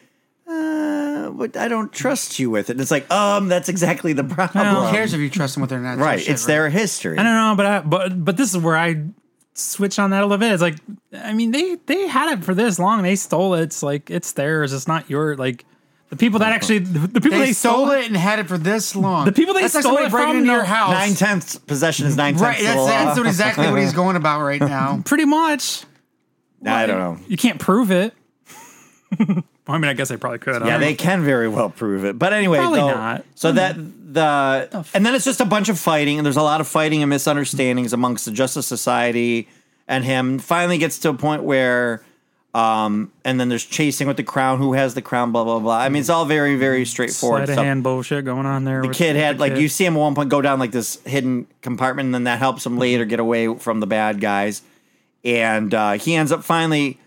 uh, but I don't trust you with it. And it's like, um, that's exactly the problem.
Who cares if you trust him with their natural
Right.
shit,
it's their history.
I don't know, but I, but but this is where I switch on that a little bit. It's like I mean they they had it for this long. They stole it. It's like it's theirs. It's not your like the people that actually the, the people
They,
they,
stole it and had it for this long.
The people they
that's
stole
like somebody
it
breaking
from
into your
know-
house.
Nine tenths possession is nine tenths.
right. That's, that's what- exactly what he's going about right now.
pretty much.
I don't know.
You can't prove it. well, I mean, I guess I probably could. I
Yeah,
don't
they
know.
can very well prove it. But anyway,
Um, Probably
though,
not. Mm-hmm.
So that the and then it's just a bunch of fighting and there's a lot of fighting and misunderstandings amongst the justice society and him finally gets to a point where um and then there's chasing with the crown who has the crown blah blah blah i mean it's all very very straightforward
Mm-hmm. Sleight of
stuff
hand bullshit going on there.
the kid had like you see him at one point go down like this hidden compartment, and then that helps him later get away from the bad guys. And uh, he ends up finally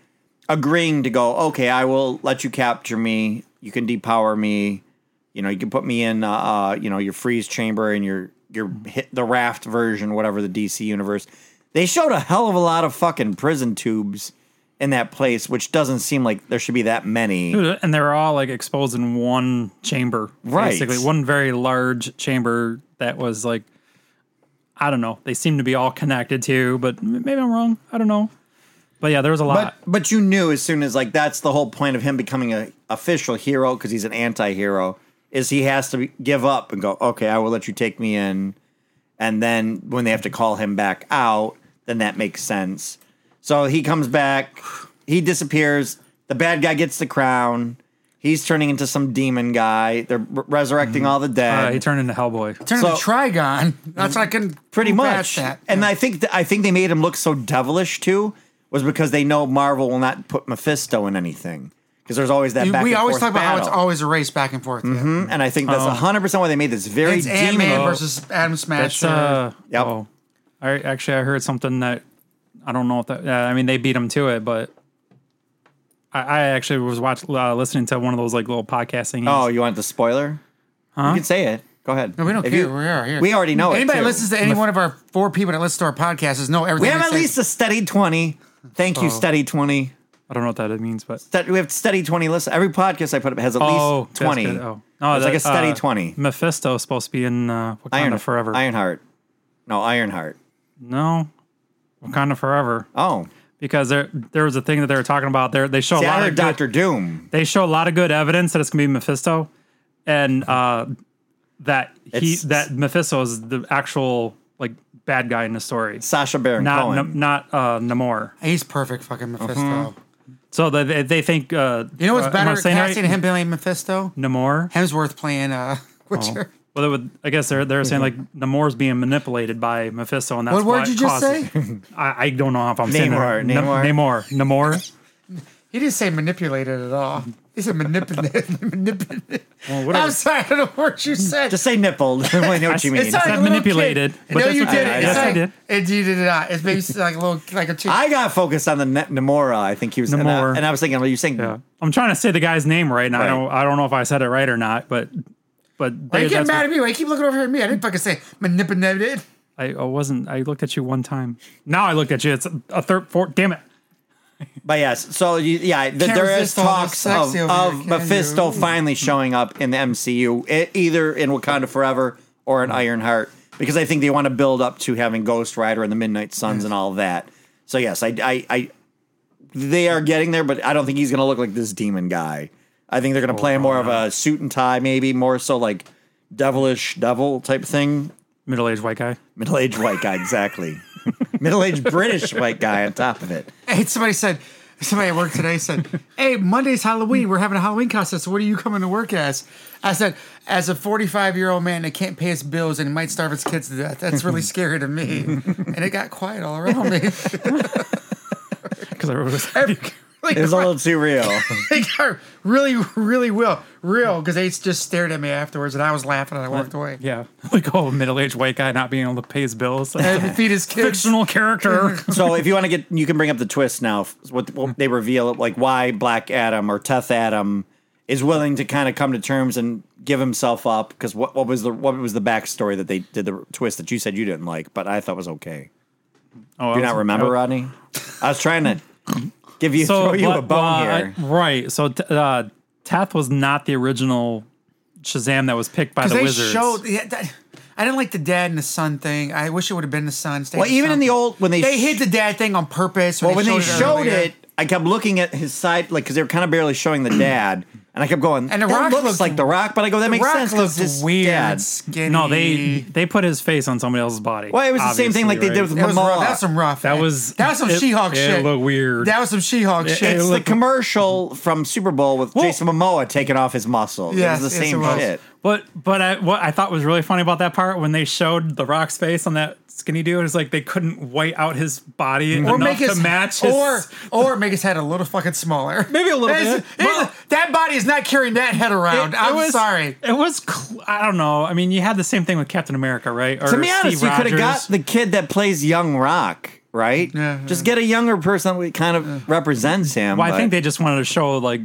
agreeing to go. Okay, I will let you capture me. You can depower me. You know, you can put me in. Uh, uh, you know, your freeze chamber and your your hit the raft version, whatever the DC universe. They showed a hell of a lot of fucking prison tubes in that place, which doesn't seem like there should be that many.
and they were all like exposed in one chamber,
Right.
Basically, one very large chamber that was like, I don't know. They seem to be all connected to, but m- maybe I'm wrong. I don't know. But yeah, there was a lot.
But but you knew as soon as like that's the whole point of him becoming a official hero because he's an anti-hero is he has to be, give up and go okay I will let you take me in and then when they have to call him back out then that makes sense so he comes back he disappears the bad guy gets the crown he's turning into some demon guy they're re- resurrecting all the dead
uh, he turned into Hellboy.
Turn
So-
into Trigon. That's why I can
pretty much.
That.
And I think th- I think they made him look so devilish too was because they know Marvel will not put Mephisto in anything because there's always that.
You-
Back
we
and
always
forth
talk about
battle. Mm-hmm. Mm,
how it's always a race back and forth. yeah.
and I think that's hundred percent why they made this very
It's Ant Man
demon.
versus Adam
That's
Smasher.
uh,
Yep.
oh, I actually I heard something that I don't know if that. Uh, I mean, they beat him to it, but I, I actually was watching uh, listening to one of those like little podcasting.
oh, you want the spoiler? You can say it. Go ahead.
no, we don't
If
care.
you-
we are here.
we already know it,
Anybody
too.
listens to any one of our four people that listens to our podcast is know everything.
We have
we
at
say. Oh.
least a steady twenty. Thank you, steady twenty.
I don't know what that means, but
Ste- We have steady twenty lists. Every podcast I put up has at
oh,
least
that's
twenty.
good. Oh, oh
it's like a
that,
steady
uh,
twenty.
Mephisto is supposed to be in uh, Wakanda
Iron
Forever.
Ironheart. No, Ironheart.
No, Wakanda Forever,
Oh,
because there there was a thing that they were talking about. There they show
see,
a
I
lot
heard
of good,
Doctor Doom.
they show a lot of good evidence that it's gonna be Mephisto, and uh, that he
It's-
that Mephisto is the actual like bad guy in the story,
Sasha Baron
not
Cohen.
Na- not uh, Namor.
he's perfect, fucking Mephisto.
So they they, they think uh,
You know what's
uh, am I
better?
saying it
Casting
right?
him playing Mephisto.
Namor.
Hemsworth playing uh, Witcher.
Well, they would, I guess they're they're saying like Namor's being manipulated by Mephisto, and that's
What word
why
did you
it
just
causes- (laughs) I, I don't know if I'm saying
Namor,
that. Na-
Namor.
Namor, Namor.
He didn't say manipulated at all. He said manipulated. (laughs) manipulated.
whatever.
I'm sorry, I don't know what you said.
Just say (laughs) nippled. I know what you mean.
it's like
said
a little
manipulated,
Kid.
but
no,
that's
you
what I-
did.
I-
It's
yes, I
like,
did.
It, you did not. It's basically
(laughs)
like a little, like a chick.
I got focused on the ne- Namora. I think he was and I- And,
Namor.
I, was thinking, are you saying?
Yeah. I'm trying to say the guy's name right now.
Right.
I don't I don't know if I said it right or not, but but
Why
they-
you getting
that's
mad
what-
at me? Why you keep looking over here at me? I didn't fucking say manipulated.
I, I wasn't. I looked at you one time. Now I looked at you. It's a third, fourth. Damn it!
But yes, so you, yeah, th-
Can't
there is
resist all those
talks of,
sexy over here,
of
can
Mephisto
you? Mm-hmm.
finally showing up in the MCU, e- either in Wakanda Forever or
Mm-hmm.
in Ironheart, because I think they want to build up to having Ghost Rider and the Midnight Suns and all that. So yes, I, I, I they are getting there, but I don't think he's going to look like this demon guy. I think they're going to
Oh,
play more of a suit and tie, maybe more so like devilish devil type thing.
Middle-aged white guy. (laughs)
Middle aged white guy,
(laughs)
exactly. Middle aged British white guy on top of it.
(laughs) Hey, somebody said, somebody at work today (laughs) said, "Hey, Monday's Halloween. We're having a Halloween contest. So what are you coming to work as?" I said, "As a 45 year old man that can't pay his bills and might starve his kids to death. That's
(laughs)
really scary to me." and it got quiet all around me.
Because I was
(laughs) It was a little too real.
(laughs) They got really, really real, real, because they just stared at me afterwards, and I was laughing and I walked away.
yeah, (laughs) like oh, middle-aged white guy not being able to pay his bills.
And feed his kids.
(laughs)
Fictional character. (laughs) Oh,
so if you want to get, you can bring up the twist now. f- What, what they reveal, like why Black Adam or Teth Adam is willing to kind of come to terms and give himself up because what, what was the what was the backstory that they did the twist that you said you didn't like, but I thought was okay.
Oh,
Do you not remember, Rodney? I was trying to give you throw (laughs) you a
but-
bone
uh,
here.
right? So t- uh, Teth was not the original Shazam that was picked by the
they
Wizards.
showed. Yeah, that, I didn't like the dad and the son thing. I wish it would have been the son. Stayed
Well,
the
even
son.
in the old- when they
they
sh-
hid the dad thing on purpose.
Well, when they showed
earlier.
it, I kept looking at his side, like because they were kind of barely showing the dad, And I kept going.
And The
that
Rock
looks
looked-
like the Rock, but I go that makes
Rock
sense
looks
his
weird,
dad-
skinny.
No, they they put his face on somebody else's body.
Well, it was the same thing like they
obviously,
did with
That
right?
was rough.
Momoa.
That was some rough.
That was-
that was some
it-
She-Hulk
it
shit.
looked weird.
That was some She-Hulk
It-
shit.
it
It's
looked-
the commercial from Super Bowl with
Well-
Jason Momoa taking off his muscles.
Yes,
it was
yes,
the same
it was.
shit.
But but I, what I thought was really funny about that part when they showed the Rock's face on that skinny dude is like they couldn't white out his body
or
enough
make his
to match his
or or make his head a little fucking smaller.
Maybe a little
It's-
bit.
it's- that body is not carrying that head around. I'm
was,
sorry.
It was cl- I don't know. I mean, you had the same thing with Captain America, right? Or
To be honest,
Steve
you could have got
Rogers.
the kid that plays Young Rock, right?
Yeah,
Just get a younger person that kind of represents him.
Well, I think
but-
they just wanted to show like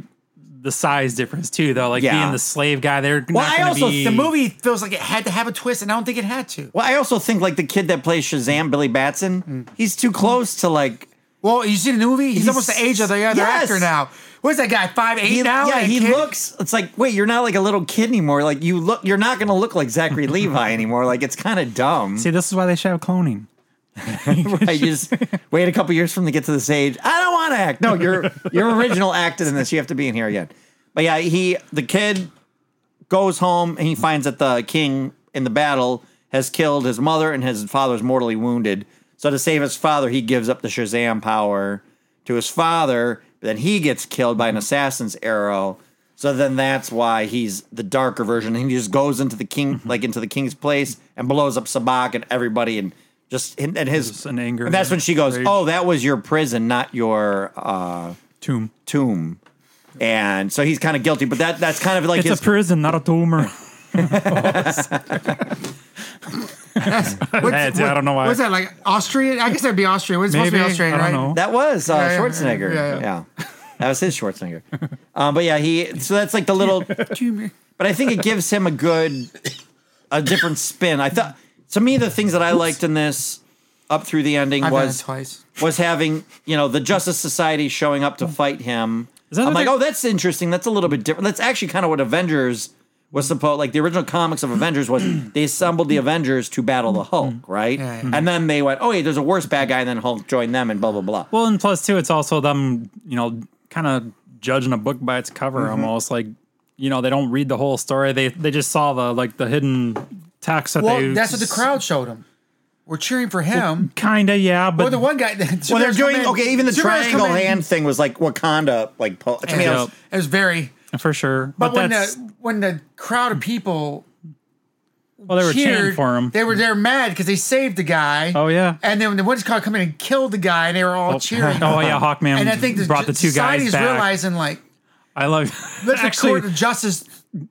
the size difference too, though. Like
Yeah.
being the slave guy, they're
Well,
not
I
gonna
also-
be-
The movie feels like it had to have a twist, and I don't think it had to.
Well, I also think like the kid that plays Shazam, Billy Batson, he's too close to like.
Well, you see the movie? He's,
He's-
almost the age of the other
Yes.
actor now. What is that guy? Five eight
He,
now?
yeah,
That
he
kid? (laughs)
looks. It's like wait, you're not like a little kid anymore. Like you look, you're not gonna look like (laughs) Zachary Levi anymore. Like it's kind of dumb.
See, this is why they should have cloning.
(laughs) I just wait a couple years from to get to this age. I don't want to act. No, you're you're original acted in this. You have to be in here again. But yeah, he the kid goes home and he finds that the king in the battle has killed his mother and his father's mortally wounded. So to save his father, he gives up the Shazam power to his father. But then he gets killed by an assassin's arrow. So then that's why he's the darker version. And he just goes into the king,
Mm-hmm.
like into the king's place, and blows up Sabak and everybody, and just and, and his
Just an anger
And that's when she goes,
rage.
"Oh, that was your prison, not your uh,
Tomb.
tomb." And so he's kind of guilty, but that that's kind of like
It's
his
a prison, not a tumor.
What's-
Yeah, dude, I don't know why.
What's that like Austrian? I guess that'd be Austrian. It's supposed to
Maybe
be
I
Austrian,
don't
right?
know.
That was uh,
Yeah, yeah,
Schwarzenegger. Yeah,
yeah, yeah.
that was his Schwarzenegger. um, but yeah, he. So that's like the little. but I think it gives him a good, a different spin. I thought to me the things that I liked in this up through the ending
I've done it
was
twice.
was having you know the Justice Society showing up to fight him.
that
I'm
what
like,
they-
oh, that's interesting. That's a little bit different. That's actually kind of what Avengers was supposed. Like the original comics of Avengers
(clears throat)
was they assembled the Avengers to battle the Hulk, right?
Mm. Yeah, yeah.
And then they went, oh, yeah, there's a worse bad guy, and then Hulk joined them, and blah blah blah.
Well, and plus too, it's also them, you know, kind of judging a book by its cover
Mm-hmm.
almost. Like, you know, they don't read the whole story. They they just saw the like the hidden text that
Well,
they.
that's what the crowd showed him. We're cheering for him.
Kinda, yeah, but
Well, the one guy.
Well, they're doing okay. Even the triangle hand thing was like Wakanda, like po- to me, I
Yeah.
was-
It was very.
for sure.
But,
But,
when uh,
that's
the when the crowd of people
well, they were cheering
cheered
for him.
they were they're mad because they saved the guy.
Oh, yeah.
And then when the ones called come in and killed the guy, and they were all cheering.
oh (laughs) yeah, Hawkman.
and I think the
brought the two guys
society's
back.
realizing like (laughs)
I love
let the
actually
court of justice.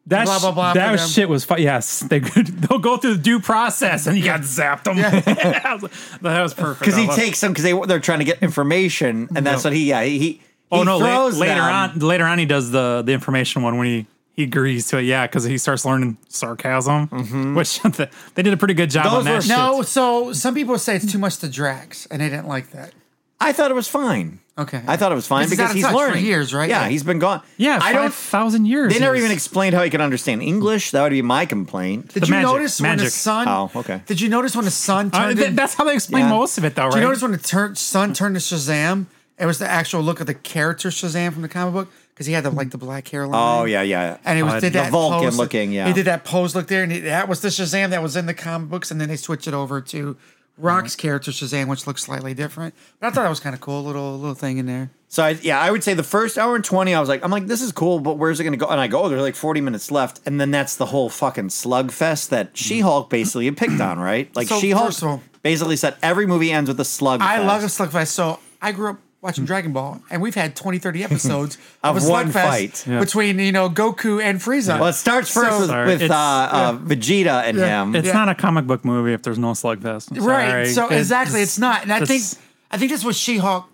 that
blah,
sh-
blah, blah
that
for
was
them.
shit was fun. Yes, (laughs) they could- they'll go through the due process, and he got zapped them. (laughs) that was- that was
(laughs)
perfect.
because he
I love-
takes them because they they're trying to get information, and that's
No.
what he yeah he. he
Oh
he
no! la-
throws
later
them.
on, later on, he does the the information one when he he agrees to it. Yeah, because he starts learning sarcasm,
Mm-hmm.
which (laughs) the, they did a pretty good job
Those
on
were-
that.
No, so some people say it's too much to Drax, and they didn't like that.
I thought it was fine.
Okay.
I thought it was fine
Because he's
because
out of
he's
touch for
learning
years, right?
Yeah,
Yeah.
he's been gone.
yeah,
I don't.
thousand years.
They never
is-
even explained how he could understand English. That would be my complaint.
Did
The
you
magic-
notice when the
magic.
sun?
Oh, okay.
Did you notice when the sun
Uh,
turned?
th-
in-
that's how they explain
Yeah.
most of it, though,
Do
right?
you notice when the tur- sun turned to Shazam? It was the actual look of the character Shazam from the comic book because he had the like the black hair line.
Oh yeah, yeah.
And it was
Uh,
did
the
that
Vulcan
pose-
looking, yeah.
He did that pose look there, and he, that was the Shazam that was in the comic books, and then they switched it over to Rock's
Mm-hmm.
character Shazam, which looks slightly different. But I thought that was kind of cool, little little thing in there.
So I, yeah, I would say the first hour and twenty, I was like, I'm like, this is cool, but where's it going to go? And I go, oh, there's like forty minutes left, and then that's the whole fucking slugfest that She-Hulk basically had picked on, right? Like
Mm-hmm. So,
She-Hulk
first of all-
basically said every movie ends with a slugfest.
I love the Slugfest. So I grew up watching Dragon Ball, and we've had 20,
(laughs)
30 episodes
Mm. Of
a
one
slugfest
fight.
Yeah.
between you know Goku and Frieza.
Well, it starts first
So-
with,
Sorry,
with uh,
it's-
uh, Vegeta and
Yeah.
him.
It's
Yeah.
not a comic book movie if there's no slugfest. I'm
right.
sorry.
So exactly, it's, not, and I think
it's-
I think that's what She Hulk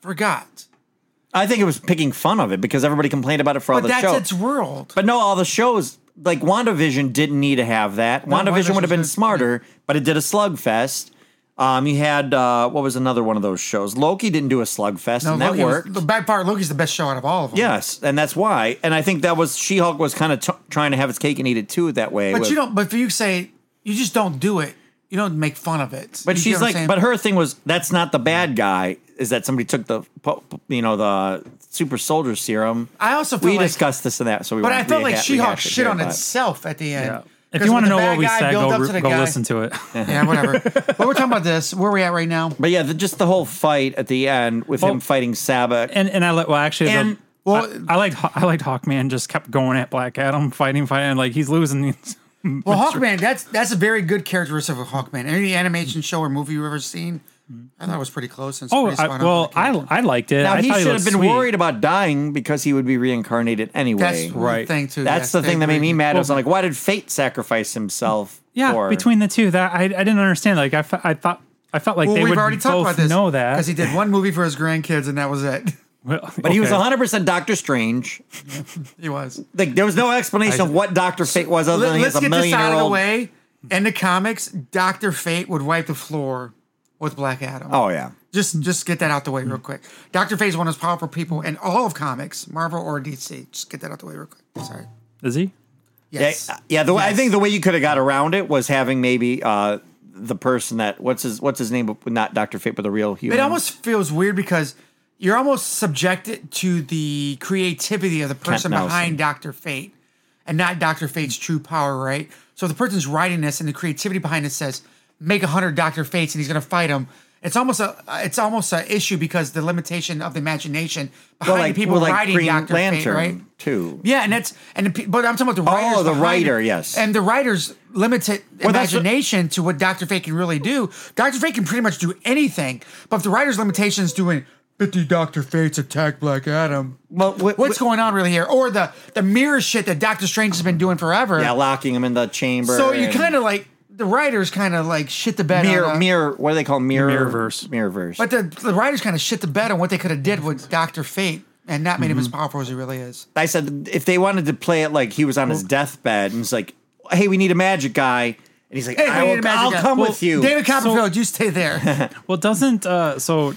forgot.
I think it was picking fun of it because everybody complained about it for all the
But that's
shows.
its world.
But no, all the shows like WandaVision didn't need to have that. WandaVision
WandaVision
would have been
didn't-
smarter, but it did a slugfest. Um, you had uh, what was another one of those shows? Loki didn't do a slugfest, and that
Loki was-
worked.
the bad part, Loki's the best show out of all of them.
yes, and that's why. And I think that was She-Hulk was kind of t- trying to have its cake and eat it too that way.
But
with-
you don't. But if you say you just don't do it, you don't make fun of it.
But
You get
she's
what I'm
like,
saying?
but her thing was that's not the bad guy. is that somebody took the po- po- you know the super soldier serum.
I also feel
we
like-
discussed this and that, so we.
But
won't
I felt like
rehash-
She Hulk
rehash it
shit
here,
on
but-
itself at the end.
If
'Cause
you
when
want to
the
know
bad
what we
guy
said,
built
go,
up
re-
to the
go
guy-
listen to it.
Yeah,
(laughs)
whatever. but we're talking about this. Where are we at right now?
But yeah, the, just the whole fight at the end with
Well-
him fighting Sabak.
and and I like well actually the-
And-
well-
I, I liked Haw- I liked Hawkman just kept going at Black Adam fighting fighting like he's losing. these-
Well, Hawkman, that's that's a very good characteristic of Hawkman. Any animation show or movie you've ever seen, I thought it was pretty close. And it's
Mm-hmm. oh
pretty
I,
spot on
well
for the
I
character.
I liked it.
Now
I
he
thought
should have been
looked sweet.
worried about dying because he would be reincarnated anyway.
that's right.
Right.
thing too.
That's
yes,
the
they
thing that made
agree.
me mad. I was
Well-
like, why did Fate sacrifice himself?
Yeah,
for-
between the two that I I didn't understand like I, fe- I thought I felt like
Well,
they
we've
would
already talked
both
about this.
know that.
because he did one movie for his grandkids, and that was it. (laughs)
Well,
But he was
okay.
100 percent Doctor Strange.
he was.
Like there was no explanation of what Doctor Fate was other than
Let,
he was
us
a
get this
million
out
year
of the
old.
way. In the comics, Doctor Fate would wipe the floor with Black Adam.
Oh yeah,
Just just get that out the way real quick. Doctor Fate is one of those powerful people in all of comics, Marvel or DC. Just get that out the way real quick. Sorry.
Is he?
Yes.
yeah. yeah, The way, I
Yes.
think the way you could have got around it was having maybe uh, the person that what's his what's his name, but not Doctor Fate, but the real human.
It almost feels weird because you're almost subjected to the creativity of the person
Nelson.
behind Doctor Fate, and not Doctor Fate's true power, right? So if the person's writing this, and the creativity behind it says, "Make a hundred Doctor Fates, and he's going to fight him." It's almost a it's almost an issue because the limitation of the imagination behind the people
well,
writing
Green
Doctor Fate,
Lantern
right?
too.
Yeah, and that's and the, pe- but I'm talking about the writers.
Oh, the
behind
writer,
it.
yes.
And the writers limited
that's what-
imagination to what Doctor Fate can really do. Doctor Fate can pretty much do anything, but if the writer's limitations doing 50 Doctor Fates attack Black Adam.
Well, wh-
What's
wh-
going on really here? Or the the mirror shit that Doctor Strange has been doing forever.
Yeah, locking him in the chamber.
so you
and
kind of like the writers kind of like shit the bed.
mirror
on, uh,
mirror. What do they call mirror
Mirrorverse.
Mirrorverse.
But the the writers kind of shit the bed on what they could have did with Doctor Fate and not made him as
Mm-hmm.
powerful as he really is.
I said if they wanted to play it like he was on his deathbed and it's like, hey, we need a magic guy, and he's like,
Hey,
I
we
will,
need a magic
I'll
guy.
come
Well,
with you.
David Copperfield, you stay there.
Well, doesn't uh so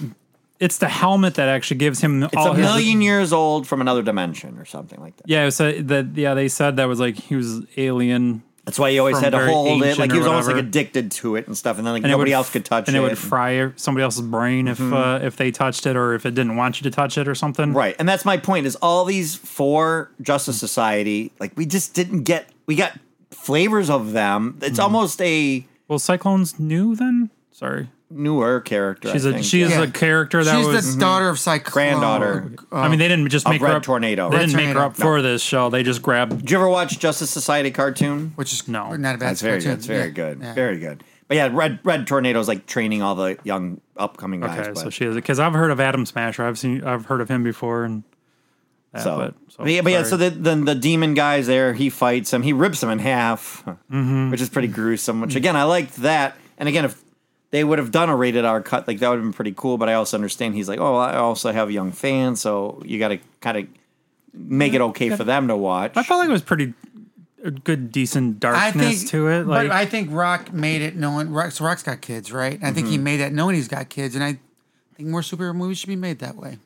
it's the helmet that actually gives him
it's
all
a
his
million years old from another dimension or something like that.
Yeah, so that yeah, they said that was like he was alien
That's why he always
From
had to
very
hold it.
ancient
Like he
or
was almost like
whatever.
addicted to it and stuff, and then like
and it
nobody
would-
else could touch
and
it. Mm-hmm.
it would fry somebody else's brain if uh, if they touched it or if it didn't want you to touch it or something.
Right. And that's my point is all these four Justice Society, like we just didn't get we got flavors of them.
Mm-hmm.
It's almost a
Well, Cyclone's new then. Sorry,
newer character.
she's
I
a
think.
she is
Yeah.
a Oh, character that
She's
was.
the daughter of Oh, Cyclone.
Mm-hmm. Granddaughter.
I mean, they didn't just
of
make her
Red
up,
Tornado.
They
Red
didn't make her
Tornado.
up for this show. They just grabbed.
Did you ever watch Justice Society cartoon?
which is
No.
not a bad.
That's very
cartoon.
good. It's very
Yeah.
good.
Yeah.
Very good. But yeah, Red Red Tornado's like training all the young upcoming guys.
Okay,
but,
so she is because I've heard of Adam Smasher. I've seen I've heard of him before, and that,
so.
but, so,
But yeah, but yeah,
sorry.
so the, then the demon guy's there. He fights him. He rips him in half,
Mm-hmm.
which is pretty gruesome. Which again, I liked that. And again, if they would have done a rated R cut, like that would have been pretty cool. But I also understand he's like, oh, I also have young fans, so you got to kind of make it okay for them to watch.
I felt like it was pretty a good, decent
I
darkness
think
to it. Like
but I think Rock made it knowing Rock, so Rock's got kids, right? And I think
Mm-hmm.
he made that knowing he's got kids, and I think more superhero movies should be made that way.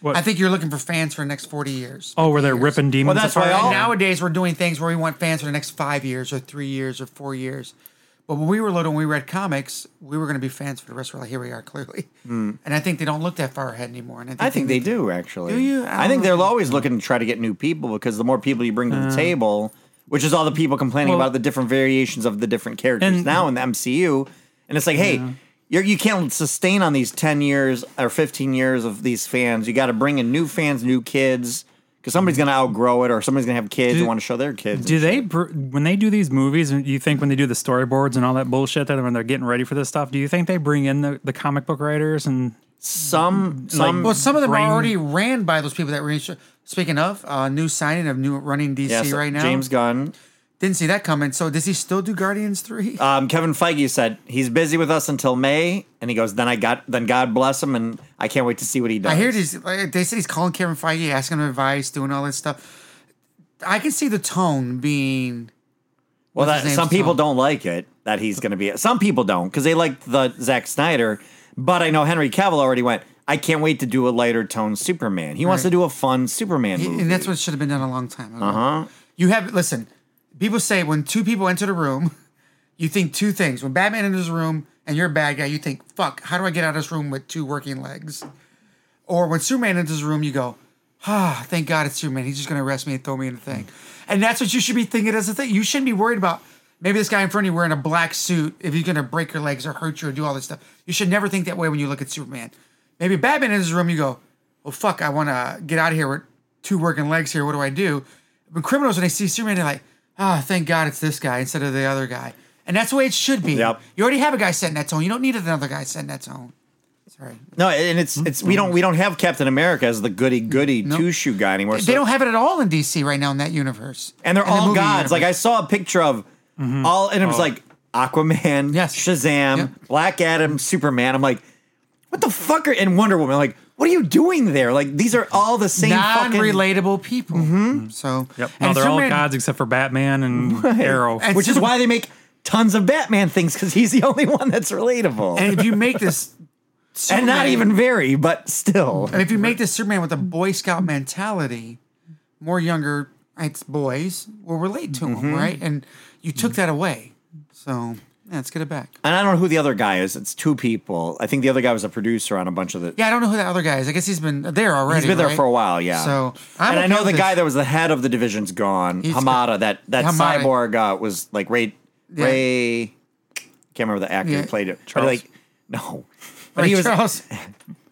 what,
I think you're looking for fans for the next forty years.
oh, where they're ripping demons.
that's
apart?
why
And
all-
nowadays we're doing things where we want fans for the next five years or three years or four years. But when we were little, when we read comics, we were going to be fans for the rest of our life. Here we are, clearly. And I think they don't look that far ahead anymore. And I think,
Mm. I think they do actually.
Do you? I
I, think
don't know. Uh.
they're always looking to try to get new people because the more people you bring to the table, which is all the people complaining
Well-
about the different variations of the different characters
And-
now in the MCU, and it's like, hey, you're, you can't sustain on these ten years or fifteen years of these fans. You got to bring in new fans, new kids, because somebody's gonna outgrow it, or somebody's gonna have kids and want to show their kids.
Do
and
they
shit.
br- when they do these movies? And you think when they do the storyboards and all that bullshit that when they're getting ready for this stuff, do you think they bring in the, the comic book writers and
Some some
Well, some of them
brain-
are already ran by those people that were. in- Speaking of uh, new signing of new running DC
yes,
right now,
James Gunn.
didn't see that coming. So does he still do Guardians three?
um, Kevin Feige said he's busy with us until May, and he goes, "Then I got, then God bless him, and I can't wait to see what he does."
(laughs) I hear he's. Like, they said he's calling Kevin Feige, asking him advice, doing all this stuff. I can see the tone being.
Well,
What's
that,
his name?
some people
Tom.
don't like it that he's going to be. Some people don't because they like the Zack Snyder. But I know Henry Cavill already went. I can't wait to do a lighter tone Superman. He wants to
Right.
do a fun Superman movie.
And that's what should have been done a long time ago. Uh-huh. You have (laughs) listen, people say when two people enter the room, you think two things. When Batman enters the room, and you're a bad guy, you think, fuck, how do I get out of this room with two working legs? Or when Superman enters the room, you go, ah, thank God it's Superman. He's just going to arrest me and throw me in the thing. And that's what you should be thinking as a thing. You shouldn't be worried about maybe this guy in front of you wearing a black suit if he's going to break your legs or hurt you or do all this stuff. You should never think that way when you look at Superman. Maybe Batman enters the room, you go, well, fuck, I want to get out of here with two working legs here. What do I do? But criminals, when they see Superman, they're like, ah, thank God it's this guy instead of the other guy. And that's the way it should be.
Yep.
You already have a guy setting that tone. You don't need another guy setting that tone. Sorry.
No, and it's it's
Mm-hmm.
we don't we don't have Captain America as the goody goody two shoe guy anymore. so-
They don't have it at all in DC right now in that universe.
and they're
In the
all
movie
gods. Like I
universe. Mm-hmm. Oh.
saw a picture of all, and it was like Aquaman,
Yes.
Shazam,
Yep.
Black Adam, Superman. I'm like, what the fuck are and Wonder Woman? Like, what are you doing there? Like, these are all the same fucking Mm-hmm.
non-relatable people. Mm-hmm. So
Yep.
and
No, they're all
Superman-
gods except for Batman and Arrow.
And
which is
Superman-
why they make tons of Batman things because he's the (laughs) only one that's relatable and,
(laughs) And if you
(laughs)
make this, Superman-
not even very, but still.
And if you make this Superman with a Boy Scout mentality, more younger it's boys will relate to
Mm-hmm.
him, right? And you took
Mm.
that away, so yeah, let's get it back.
And I don't know who the other guy is. It's two people. I think the other guy was a producer on a bunch of the.
Yeah, I don't know who that other guy is. I guess he's been there already.
He's been there
right?
for a while, yeah.
So I'm
and I
okay
know
with
the
this.
guy that was the head of the division's gone.
He's-
Hamada, that that
Hamada.
cyborg uh, was like Ray
Yeah.
Ray. Can't remember the actor
Yeah.
who played it. But,
Charles.
like no, (laughs) but
Ray
he was.
Charles.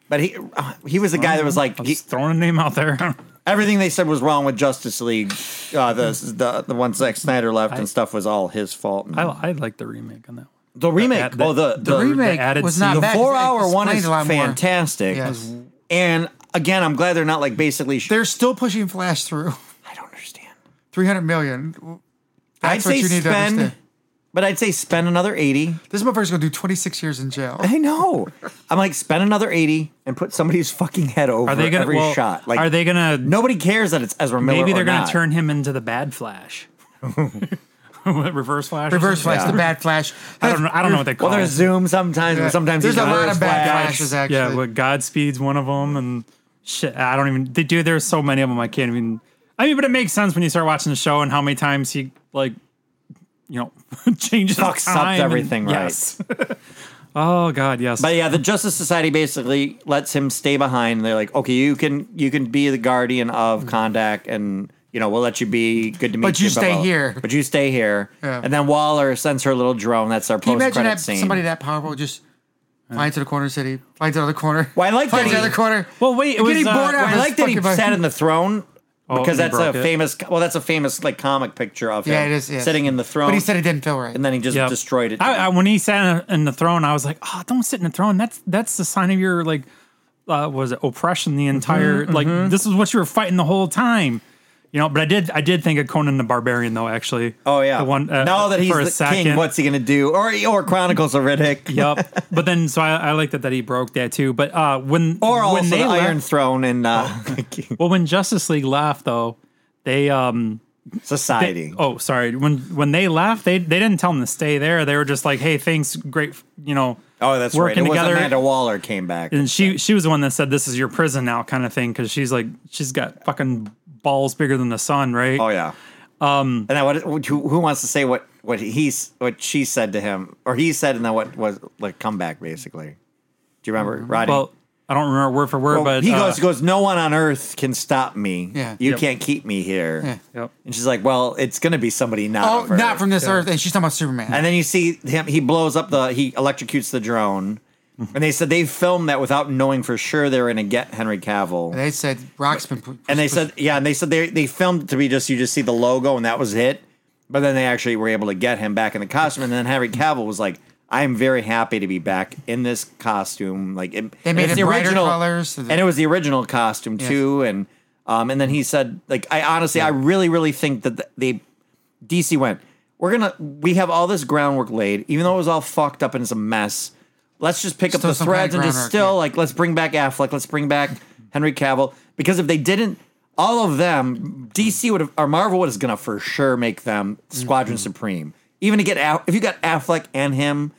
But he uh, he was the guy that was like
I'm
he-
just throwing a name out there. (laughs)
everything they said was wrong with Justice League. Uh,
Hmm.
the the the one Zack Snyder left and stuff was all his fault. And
I, I like the remake on that one.
the remake,
that- that-
oh the
the
the,
remake
remake
added
was not
scene.
bad.
four
'cause it
hour one
explained
is
a lot more.
fantastic.
Yes.
And again, I'm glad they're not like basically. Sh-
They're still pushing Flash through (laughs)
I don't understand.
300 million.
I'd
That's what
say
you need to
spend,
understand.
but I'd say spend another eighty.
This motherfucker's gonna do 26 years
(laughs)
in jail.
I know. I'm like spend another eighty and put somebody's fucking head over
Are they gonna
every
well,
shot. Like
are they gonna
Nobody cares that it's Ezra Miller.
maybe they're
going
gonna
to
turn him into the bad Flash. What, (laughs) reverse Flash. or
Reverse
something?
Flash, the bad Flash.
I don't know. I don't know what they call
Well, there's
it.
Zoom sometimes, and sometimes
there's
he's
a lot
Reverse
of bad
Flash.
flashes actually.
Yeah, what Godspeed's one of them, and shit. I don't even. They do. There's so many of them. I can't even. I mean, but it makes sense when you start watching the show and how many times he like, you know, (laughs) changes
Fucks up
time and-
everything, right.
Yes. (laughs) oh God, yes.
But yeah, the Justice Society basically lets him stay behind. They're like, okay, you can you can be the guardian of contact, and you know we'll let you be good to meet.
Hmm. But you
blah,
stay
blah.
here.
But you stay here.
Yeah.
And then Waller sends her little drone. That's our
Can you
post
imagine
credit
that
scene.
somebody that powerful just flying to the corner city, flying to the other corner,
Well, I like
flying
that
to the
he-
other corner?
well, wait. It
You're
was,
getting
uh,
bored out
I
of
like that he
fucking-
sat in the throne
Oh,
because
he
that's a
broke it.
famous. Well, that's a famous like comic picture of
Yeah,
him
it is, yes.
sitting in the throne.
but he said it didn't feel right.
and then he just
Yep.
destroyed it.
I, I, when he sat in the throne, I was like, "Oh, don't sit in the throne. That's that's the sign of your like, uh, was it oppression? The entire like, this is what you were fighting the whole time." You know, but I did, I did think of Conan the Barbarian though. Actually,
oh yeah,
the one uh,
now that he's
for a
the
second.
king,
(laughs)
what's he gonna do? Or or Chronicles of Riddick.
yep. But then, so I, I liked it that he broke that too. But uh, when
Or also
when
the
they
Iron
left, Oh.
Throne and uh,
well, when Justice League left though, they um
(laughs) society.
oh sorry when when they left they they didn't tell them to stay there. They were just like, hey, thanks, great, you know.
Oh, that's
working
right. It
together.
was Amanda Waller came back.
and she she was the one that said this is your prison now kind of thing because she's like she's got fucking balls bigger than the sun right
oh yeah. Um, and then what? Who, who wants to say what what he's what she said to him, or he said, and then what was like comeback basically? Do you remember, Roddy?
Mm-hmm. well i don't remember word for word
Well,
but
he
uh,
goes, he goes, no one on earth can stop me.
Yeah.
You
Yep.
can't keep me here.
Yeah.
yep.
And she's like, well, it's going to be somebody not
oh,
of Earth."
not from this earth. And she's talking about Superman.
And then you see him, he blows up the, he electrocutes the drone.
Mm-hmm.
And they said they filmed that without knowing for sure they were going to get Henry Cavill.
they said Rock's been. pu-
And they said, yeah, and they said they, they filmed it to be just, you just see the logo and that was it. But then they actually were able to get him back in the costume. And then Henry Cavill was like, I am very happy to be back in this costume. Like it,
They made
and it's
it
the
brighter
original
colors.
and it was the original costume too. And um, and then he said, like, I honestly, I really, really think that th- they DC went, we're gonna, we have all this groundwork laid, even though it was all fucked up and it's a mess. Let's just pick
Still
up the
some kind
threads
of
and just
groundwork,
still
yeah.
like let's bring back Affleck, let's bring back Henry Cavill because if they didn't, all of them, DC would have or Marvel was gonna for sure make them
Mm-hmm.
Squadron Supreme. Even to get out, if you got Affleck and him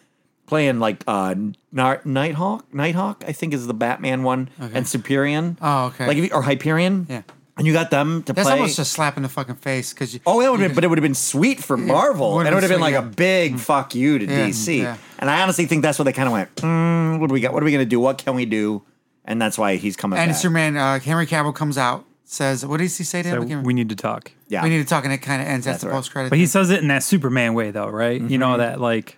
playing like uh Nar- Nighthawk, Nighthawk, I think is the Batman one, and Superion.
Oh, okay.
Like if you, or Hyperion.
Yeah.
and you got them to
That's
play.
almost a slap in the fucking face because
Oh, it would have been, but it would have been sweet for Marvel.
would've
and it would have
been
been like
sweet, Mm.
a big fuck you to
Yeah,
DC.
yeah.
And I honestly think that's what they kind of went. Mm, what do we got? What are we gonna do? What can we do? And that's why he's coming
and
back.
Superman uh, Henry Cavill comes out says, "What does he say to him?" I
So
can't
we need to talk.
yeah,
we need to talk, and it kind of ends. That's,
That's
the
right.
post credit.
But he says it in that Superman way, though, right? You
Mm-hmm.
know that like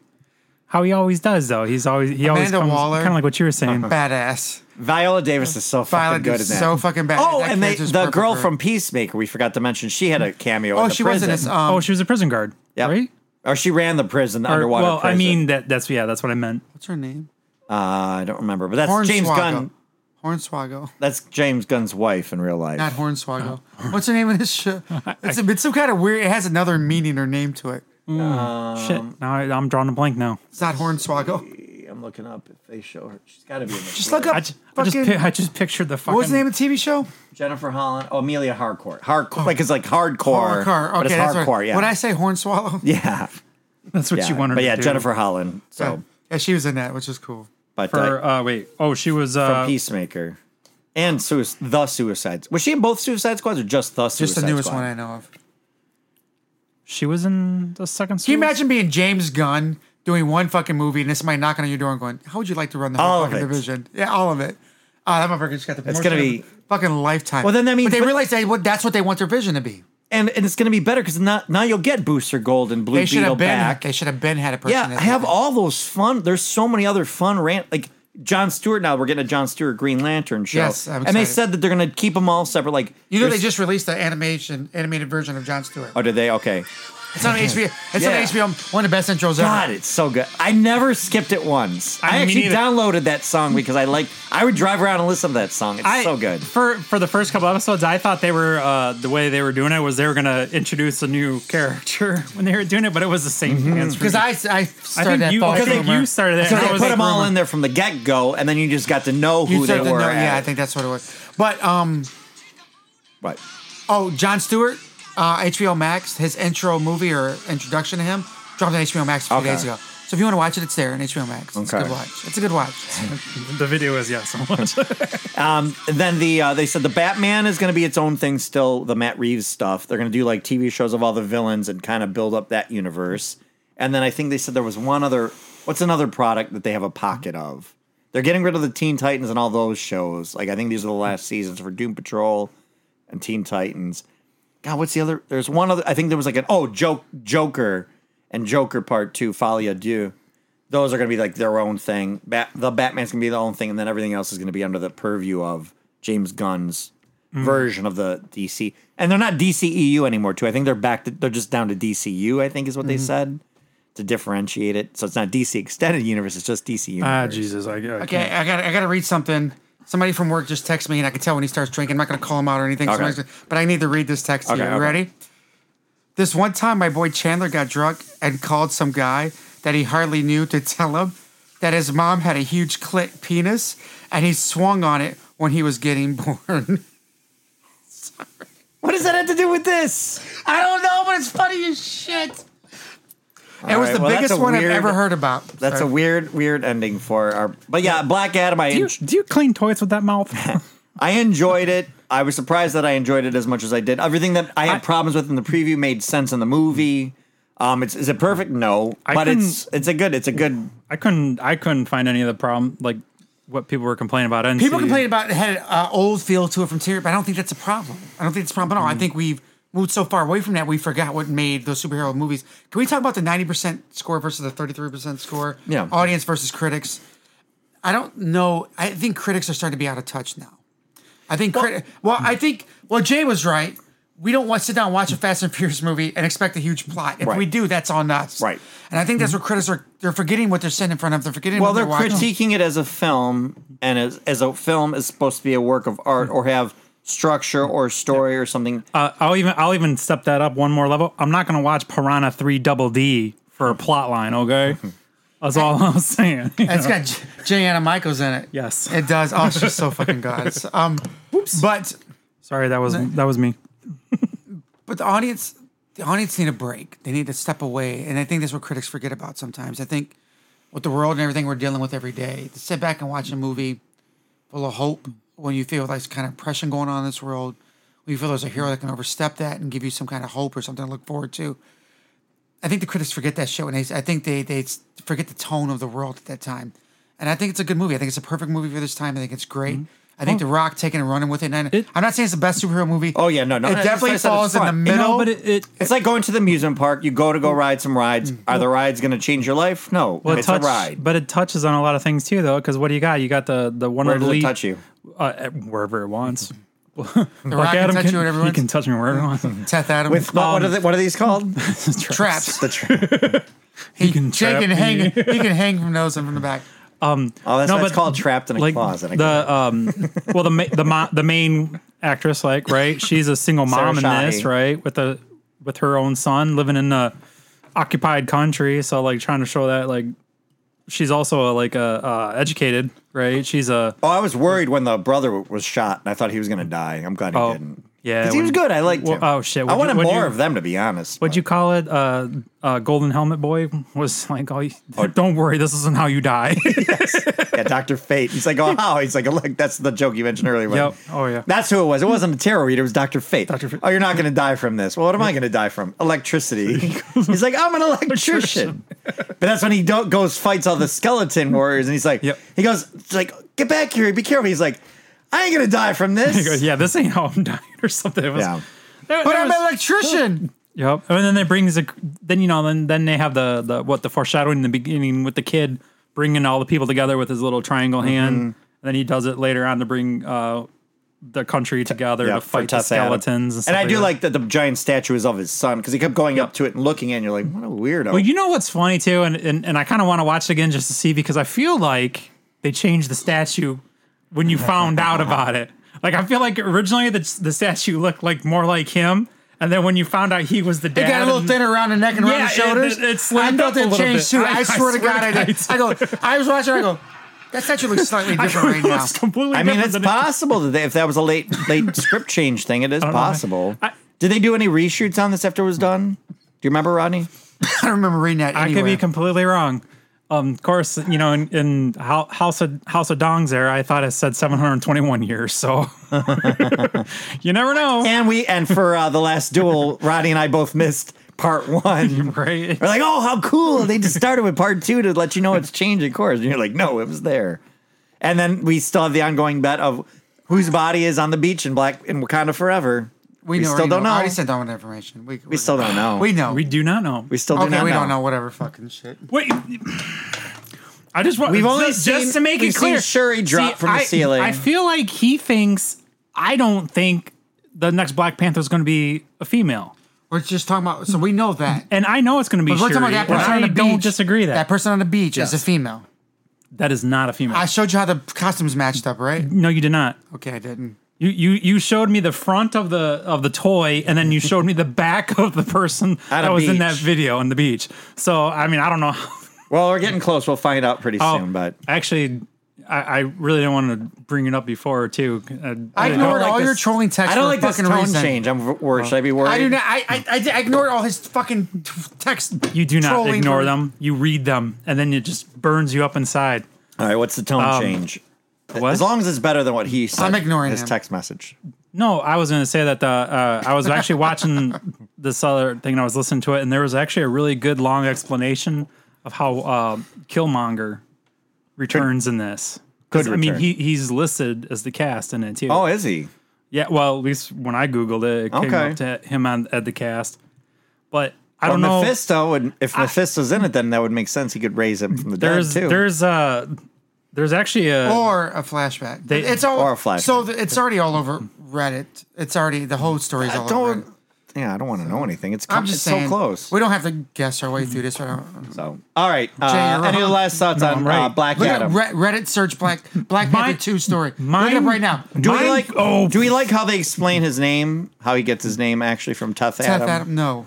how he always does, though. He's always he always
Amanda
comes
Waller.
kind of like what you were saying.
badass.
Viola Davis is so
Viola
fucking good in
is
that.
so fucking bad.
Oh,
That
and they,
character's
the
perfect
girl
for her.
from Peacemaker, we forgot to mention, she had a cameo.
Oh,
in the
she was
prison.
in this. Um,
oh, she was a prison guard,
Yep.
right?
Or she ran the prison, the
Or-
underwater.
well, I
prison.
mean that that's yeah, that's what I meant.
what's her name?
uh, I don't remember, but that's James Gunn.
Hornswoggle.
That's James Gunn's wife in real life.
Not Hornswoggle. What's her name in
(laughs)
this show? It's, a, it's some kind of weird. It has another meaning or name to it.
Um,
Shit, now I, I'm drawing a blank now.
It's not Hornswoggle.
I'm looking up if they show her. She's got to be in this.
Just look up.
I, ju- I just
fucking,
pi- I just pictured the fucking.
what was the name of the TV show?
Jennifer Holland. Oh, Amelia Harcourt. Hardcore. Like it's like hardcore.
Horrorcore. Oh. Okay,
but it's
that's
hardcore.
right.
Yeah.
When I say Hornswallow, yeah,
(laughs) yeah.
That's what
yeah.
you wanted.
But
to
yeah,
do.
Jennifer Holland. So,
yeah, she was in that, which is cool.
but
For
uh,
uh, wait, oh, she was uh,
from Peacemaker and Suis- the Suicides. Was she in both Suicide Squads or just the Suicide
Just the newest
Squad?
one I know of. Can
she was in the second.
you imagine being James Gunn doing one fucking movie and this might knocking on your door and going, "How would you like to run the whole
All of
fucking
it.
division?" Yeah, all of it. Ah, that motherfucker just got the.
It's gonna be-
fucking lifetime.
Well, then that means-
but they realize they what that's what they want their vision to be.
and and it's going to be better because now now you'll get Booster Gold and Blue
They should
Beetle
have been.
back.
They should have been had a person.
yeah,
that
I have
did it.
all those fun. There's so many other fun rant like John Stewart. Now we're getting a John Stewart Green Lantern show.
Yes,
and
I'm
they
excited.
said that they're going to keep them all separate. Like
You know
there's-
they just released the animation animated version of John Stewart.
Oh, did they? Okay.
It's on HBO. It's
(laughs) Yeah.
on HBO. One of the best intros
God,
ever.
it's so good. I never skipped it once.
I
I, actually
mean-
downloaded that song because I like. I would drive around and listen to that song. It's
I,
so good.
for for the first couple episodes. I thought they were uh, the way they were doing it was they were gonna introduce a new character (laughs) when they were doing it, but it was the same
Mm-hmm.
dance for
Because
me.
I, I started that
you-
false
I think
rumor.
you started that.
So
and
they
I
put
was like,
them all
rumor.
in there from the get go, and then you just got to know
You
who they
started to
were.
know-
at.
yeah, I think that's what it was. But um,
But
oh, John Stewart, uh, HBO Max, his intro movie or introduction to him dropped on HBO Max a few
Okay.
days ago. So if you want to watch it, it's there on HBO Max. It's a
Okay.
good watch. It's a good watch.
The video is yeah, so much.
And then the uh, they said the Batman is going to be its own thing still. The Matt Reeves stuff. They're going to do like TV shows of all the villains and kind of build up that universe. And then I think they said there was one other. What's another product that they have a pocket of? They're getting rid of the Teen Titans and all those shows. Like I think these are the last seasons for Doom Patrol and Teen Titans. God, what's the other? There's one other. I think there was like an oh joke Joker and Joker Part Two, Folly Adieu. Those are going to be like their own thing. Bat, the Batman's going to be their own thing, and then everything else is going to be under the purview of James Gunn's
Mm-hmm.
version of the DC. And they're not DCEU anymore, too. I think they're back. To, they're just down to DCU. I think is what
Mm-hmm.
they said to differentiate it. So it's not DC Extended Universe. It's just DC Universe.
Ah, Jesus, I, I
Okay,
can't.
I got I got to read something. Somebody from work just texted me, and I can tell when he starts drinking. I'm not going to call him out or anything, so I'm
Okay.
not gonna- but I need to read this text
Okay,
here. You
okay.
ready? This one time, my boy Chandler got drunk and called some guy that he hardly knew to tell him that his mom had a huge clit penis, and he swung on it when he was getting (laughs) born.
What does that have to do with this?
I don't know, but it's funny as shit. it was
right,
the
well, that's
biggest
a
one
weird-
I've ever heard about.
That's a
Sorry.
weird, weird ending for our. But yeah, Black Adam. I
Do you,
en-
do you clean toys with that mouth?
I enjoyed it. I was surprised that I enjoyed it as much as I did. Everything that I had
I-
problems with in the preview made sense in the movie. Um, it's is it perfect? No,
I
but it's it's a good it's a good.
(laughs) I couldn't. I couldn't find any of the problem like what people were complaining about. I didn't
People
see-
complain about it had uh, old feel to it from Terry, but I don't think that's a problem. I don't think it's a problem at
Mm-hmm.
all. I think we've moved so far away from that, we forgot what made those superhero movies. Can we talk about the 90% score versus the 33% score?
Yeah.
Audience versus critics. I don't know. I think critics are starting to be out of touch now. I think, well, well I think, well, Jay was right. We don't want to sit down and watch a Fast and Furious movie and expect a huge plot. If
Right.
we do, that's on us.
Right. Mm-hmm.
And I think that's what critics are, they're forgetting what they're sitting in front of. They're forgetting
Well,
what
they're
they're, watching.
critiquing it as a film, and as as a film is supposed to be a work of art or have structure or story or something.
Uh, I'll even. I'll even step that up one more level. I'm not gonna watch Piranha Three Double D for a plot
(laughs)
line. Okay, that's all I'm saying. you
It's
(laughs) know?
got J- Jana Michaels in it.
Yes.
It does. Oh, she's so fucking gods. Um, But
Sorry, that was that was me.
but the audience, the audience need a break. They need to step away, and I think that's what critics forget about sometimes. I think with the world and everything we're dealing with every day, to sit back and watch a movie full of hope when you feel like there's kind of oppression going on in this world, when you feel there's a hero that can overstep that and give you some kind of hope or something to look forward to. I think the critics forget that shit, and they, I think they they s- forget the tone of the world at that time. And I think it's a good movie. I think it's a perfect movie for this time. I think it's great. I think The Rock taking and running with it. And I-
Mm-hmm. Oh. It-
I'm not saying it's the best superhero movie.
Oh, yeah, no, no,
It
that's why I
definitely
said it's
falls in the
fun.
middle.
No, but it, it
It's like going to the amusement park. You go to go ride some rides. Are the rides going to change your life? No,
Mm. well, it
it's
touch-
a ride.
but it touches on a lot of things too, though. Because what do you got? You got the the one
Where
of the
does it
lead-
touch you?
uh, wherever it wants. Like
Rock can touch you wherever it
he
wants.
can touch me wherever he
(laughs)
wants.
Seth Adam
With what, what, are
Um,
the, what are these
(laughs)
called?
traps.
the tra-
he can
Jake
trap
can
me.
hang. He can hang from those and from the back.
oh, that's
No,
why it's
but
called trapped in a
like
closet. I guess.
the um
(laughs)
well the ma- the mo- the main actress like right she's a single
Sarah
mom in this
Shahi.
right with a with her own son living in a occupied country so like trying to show that like she's also like a uh, educated right she's a
oh, I was worried when the brother w- was shot, and I thought he was going to die. I'm glad he
Oh,
didn't.
yeah,
'Cause he was
when-
good. I liked
Well,
him.
oh, shit,
I
would you-
wanted
would
more
you-
of them, to be honest.
what'd you call it uh, uh golden helmet boy was like oh, (laughs) don't worry this isn't how you die (laughs)
Yeah, Doctor Fate. He's like, oh, how? He's like, look, that's the joke you mentioned earlier. when-
Yep. Oh, yeah.
That's who it was. It wasn't a tarot reader. It was Doctor Fate.
Dr. Fate.
Oh, you're not going to die from this. Well, what am I going to die from?
(laughs)
Electricity. he's like, I'm an electrician. but that's when he don't, goes fights all the skeleton warriors, and he's like,
Yep.
he goes, it's like, get back here, be careful. He's like, I ain't going to die from this.
(laughs) He goes, yeah this ain't how i'm (laughs) dying or something It was-
Yeah.
there-
But
there
I'm
was-
an electrician.
Yep. And then they brings the then you know then then they have the the what the foreshadowing in the beginning with the kid bringing all the people together with his little triangle
Mm-hmm.
hand. And then he does it later on to bring uh the country together
Yeah,
to
for
fight the
Tess Adam.
skeletons. And, stuff
I do
that.
like that the giant statue is of his son because he kept going up to it and looking, at it, and you're like, what a weirdo.
Well, you know what's funny too, and and, and I kind of want to watch it again just to see because I feel like they changed the statue when you found out about it. Like I feel like originally the the statue looked like more like him, and then when you found out he was the
It
dad,
got a little
and- (laughs)
thinner around the neck and around
Yeah,
the shoulders.
it- it- it
I
slimmed up
thought
a
it
little
changed
bit.
too. I,
(laughs) I- I
swear to
swear
God,
to
I did.
God,
I
I
go. I was watching. I go. That statue looks
(laughs)
slightly different right now.
It's completely
I mean,
different
it's
than it-
possible that they, if that was a late (laughs) late script change thing, it is
know, man.
possible.
I-
Did they do any reshoots on this after it was done? Do you remember, Rodney?
I don't remember reading that.
I
Anywhere.
could be completely wrong. Um, of course, you know, in, in Hou- House of House of Dongs, there, I thought it said 721 years. So (laughs) you
(laughs)
never know,
And we and for uh, the last duel, Rodney and I both missed part (laughs) one.
right?
We're like, oh, how cool! They just started with part two to let you know it's changing course, and you're like, no, it was there. And then we still have the ongoing bet of whose body is on the beach in black in Wakanda forever.
We, know,
still
already
don't
I
know.
already sent all that information. We,
We still don't know.
We know.
We do not know.
we still do
okay,
not
we
know.
don't know. Whatever fucking shit.
Wait, I just want
We've only
just,
seen-
just to make
we've
it
seen
clear.
Shuri drop from the
I-
ceiling.
I feel like he thinks I don't think the next Black Panther is going to be a female,
We're just talking about. So we know
(laughs)
that.
and I know it's going to be.
But we're
Shuri,
talking about that
and
person
I
on the beach.
don't disagree that
that person on the beach
Yes.
is a female.
that is not a female.
I showed you how the costumes matched up, right?
no, you did not.
Okay, I didn't.
You you you showed me the front of the of the toy, and then you showed me the back of the person
(laughs) At a
that was in that
beach.
video on the beach. So I mean, I don't know. (laughs) How,
Well, we're getting close. We'll find out pretty
Oh.
soon. But
actually, I, I really didn't want to bring it up before too. I,
I ignored
like
all your
this-
trolling
I
texts.
don't
for a
like this
fucking
tone
reason.
change. I'm v- worried. Should I be worried?
I do not. I I, I, I ignored all his fucking t- text.
You do not
trolling
ignore
for-
them. You read them, and then it just burns you up inside.
All right, what's the tone change?
What?
As long as it's better than what he said.
Um, I'm ignoring
his
him.
text message.
No, I was going to say that the uh, I was actually watching this other thing. And I was listening to it, and there was actually a really good long explanation of how uh, Killmonger returns in this. 'Cause,
Could
I mean,
return.
he he's listed as the cast in it too.
Oh, is he?
yeah. Well, at least when I googled it, it came
Okay.
up to him on at the cast. But I
Well,
don't know.
Mephisto, would, if Mephisto's in it, then that would make sense. He could raise him from the
there's
dead too. Oh,
there's uh there's actually a
Or a flashback.
They-
it's all
Or a flashback.
So th- it's already all over Reddit. It's already the whole story's
I
all over. Reddit.
don't. Yeah, I don't want to know anything. It's, com-
I'm just
it's
saying.
so close.
We don't have to guess our way through this. Right?
So, all right. Uh,
you're
any
wrong.
last thoughts on
I'm right.
uh, Black
Look at
Adam?
Re- Reddit search Black Black
Mine-
Panther two story. Look
mine-
it up right now.
do we
Mine-
like?
oh.
do we like how they explain his name? How he gets his name actually from Tough
Seth
Adam?
Adam. No.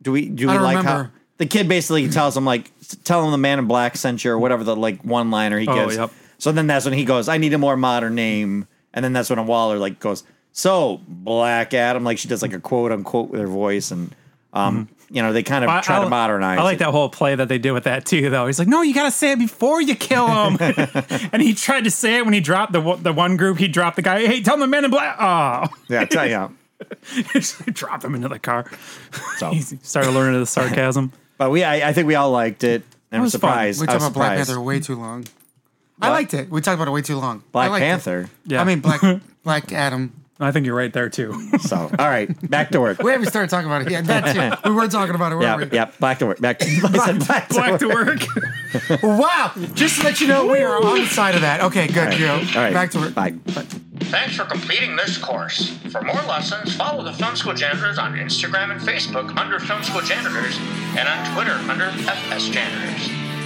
Do we? Do
I
we
don't
like how
remember.
the kid basically tells him like, s- tell him the Man in Black sent you or whatever the like one liner he
Oh,
gives.
yep.
So then that's when he goes, I need a more modern name, and then that's when a Waller like goes, so Black Adam, like she does like a quote unquote with her voice, and um, you know they kind of
I-
try to
I-
modernize.
I like
it.
that whole play that they did with that too, though. He's like, "No, you gotta say it before you kill
(laughs)
him," and he tried to say it when he dropped the one- the one group. He dropped the guy. Hey, tell him the men in black. Oh, (laughs)
Yeah, I tell you.
Just drop him into the car.
(laughs)
So,
He started learning the sarcasm.
but we, I, I think we all liked it, and I'm
was fun.
surprised.
We
I
talked
was
about Black
surprised.
Panther way too long. I liked it. We talked about it way too long. I
Black
liked it.
Panther.
Yeah.
I mean,
(laughs)
Black Black Adam.
I think you're right there too. (laughs)
So, all right, back to
(laughs)
work.
We haven't started talking about it yet. That's
(laughs)
it. We were talking about it, weren't
yeah,
we?
yeah, back to work.
(laughs)
Back. (laughs) I said back to work.
Back to work.
Wow. Just to let you know, we are on the side of that. Okay, good,
All
Joe.
right, all right,
Back to work.
Bye.
Thanks for completing this course. For more lessons, follow the Film School Janitors on Instagram and Facebook under Film School Janitors and on Twitter under FS Janitors.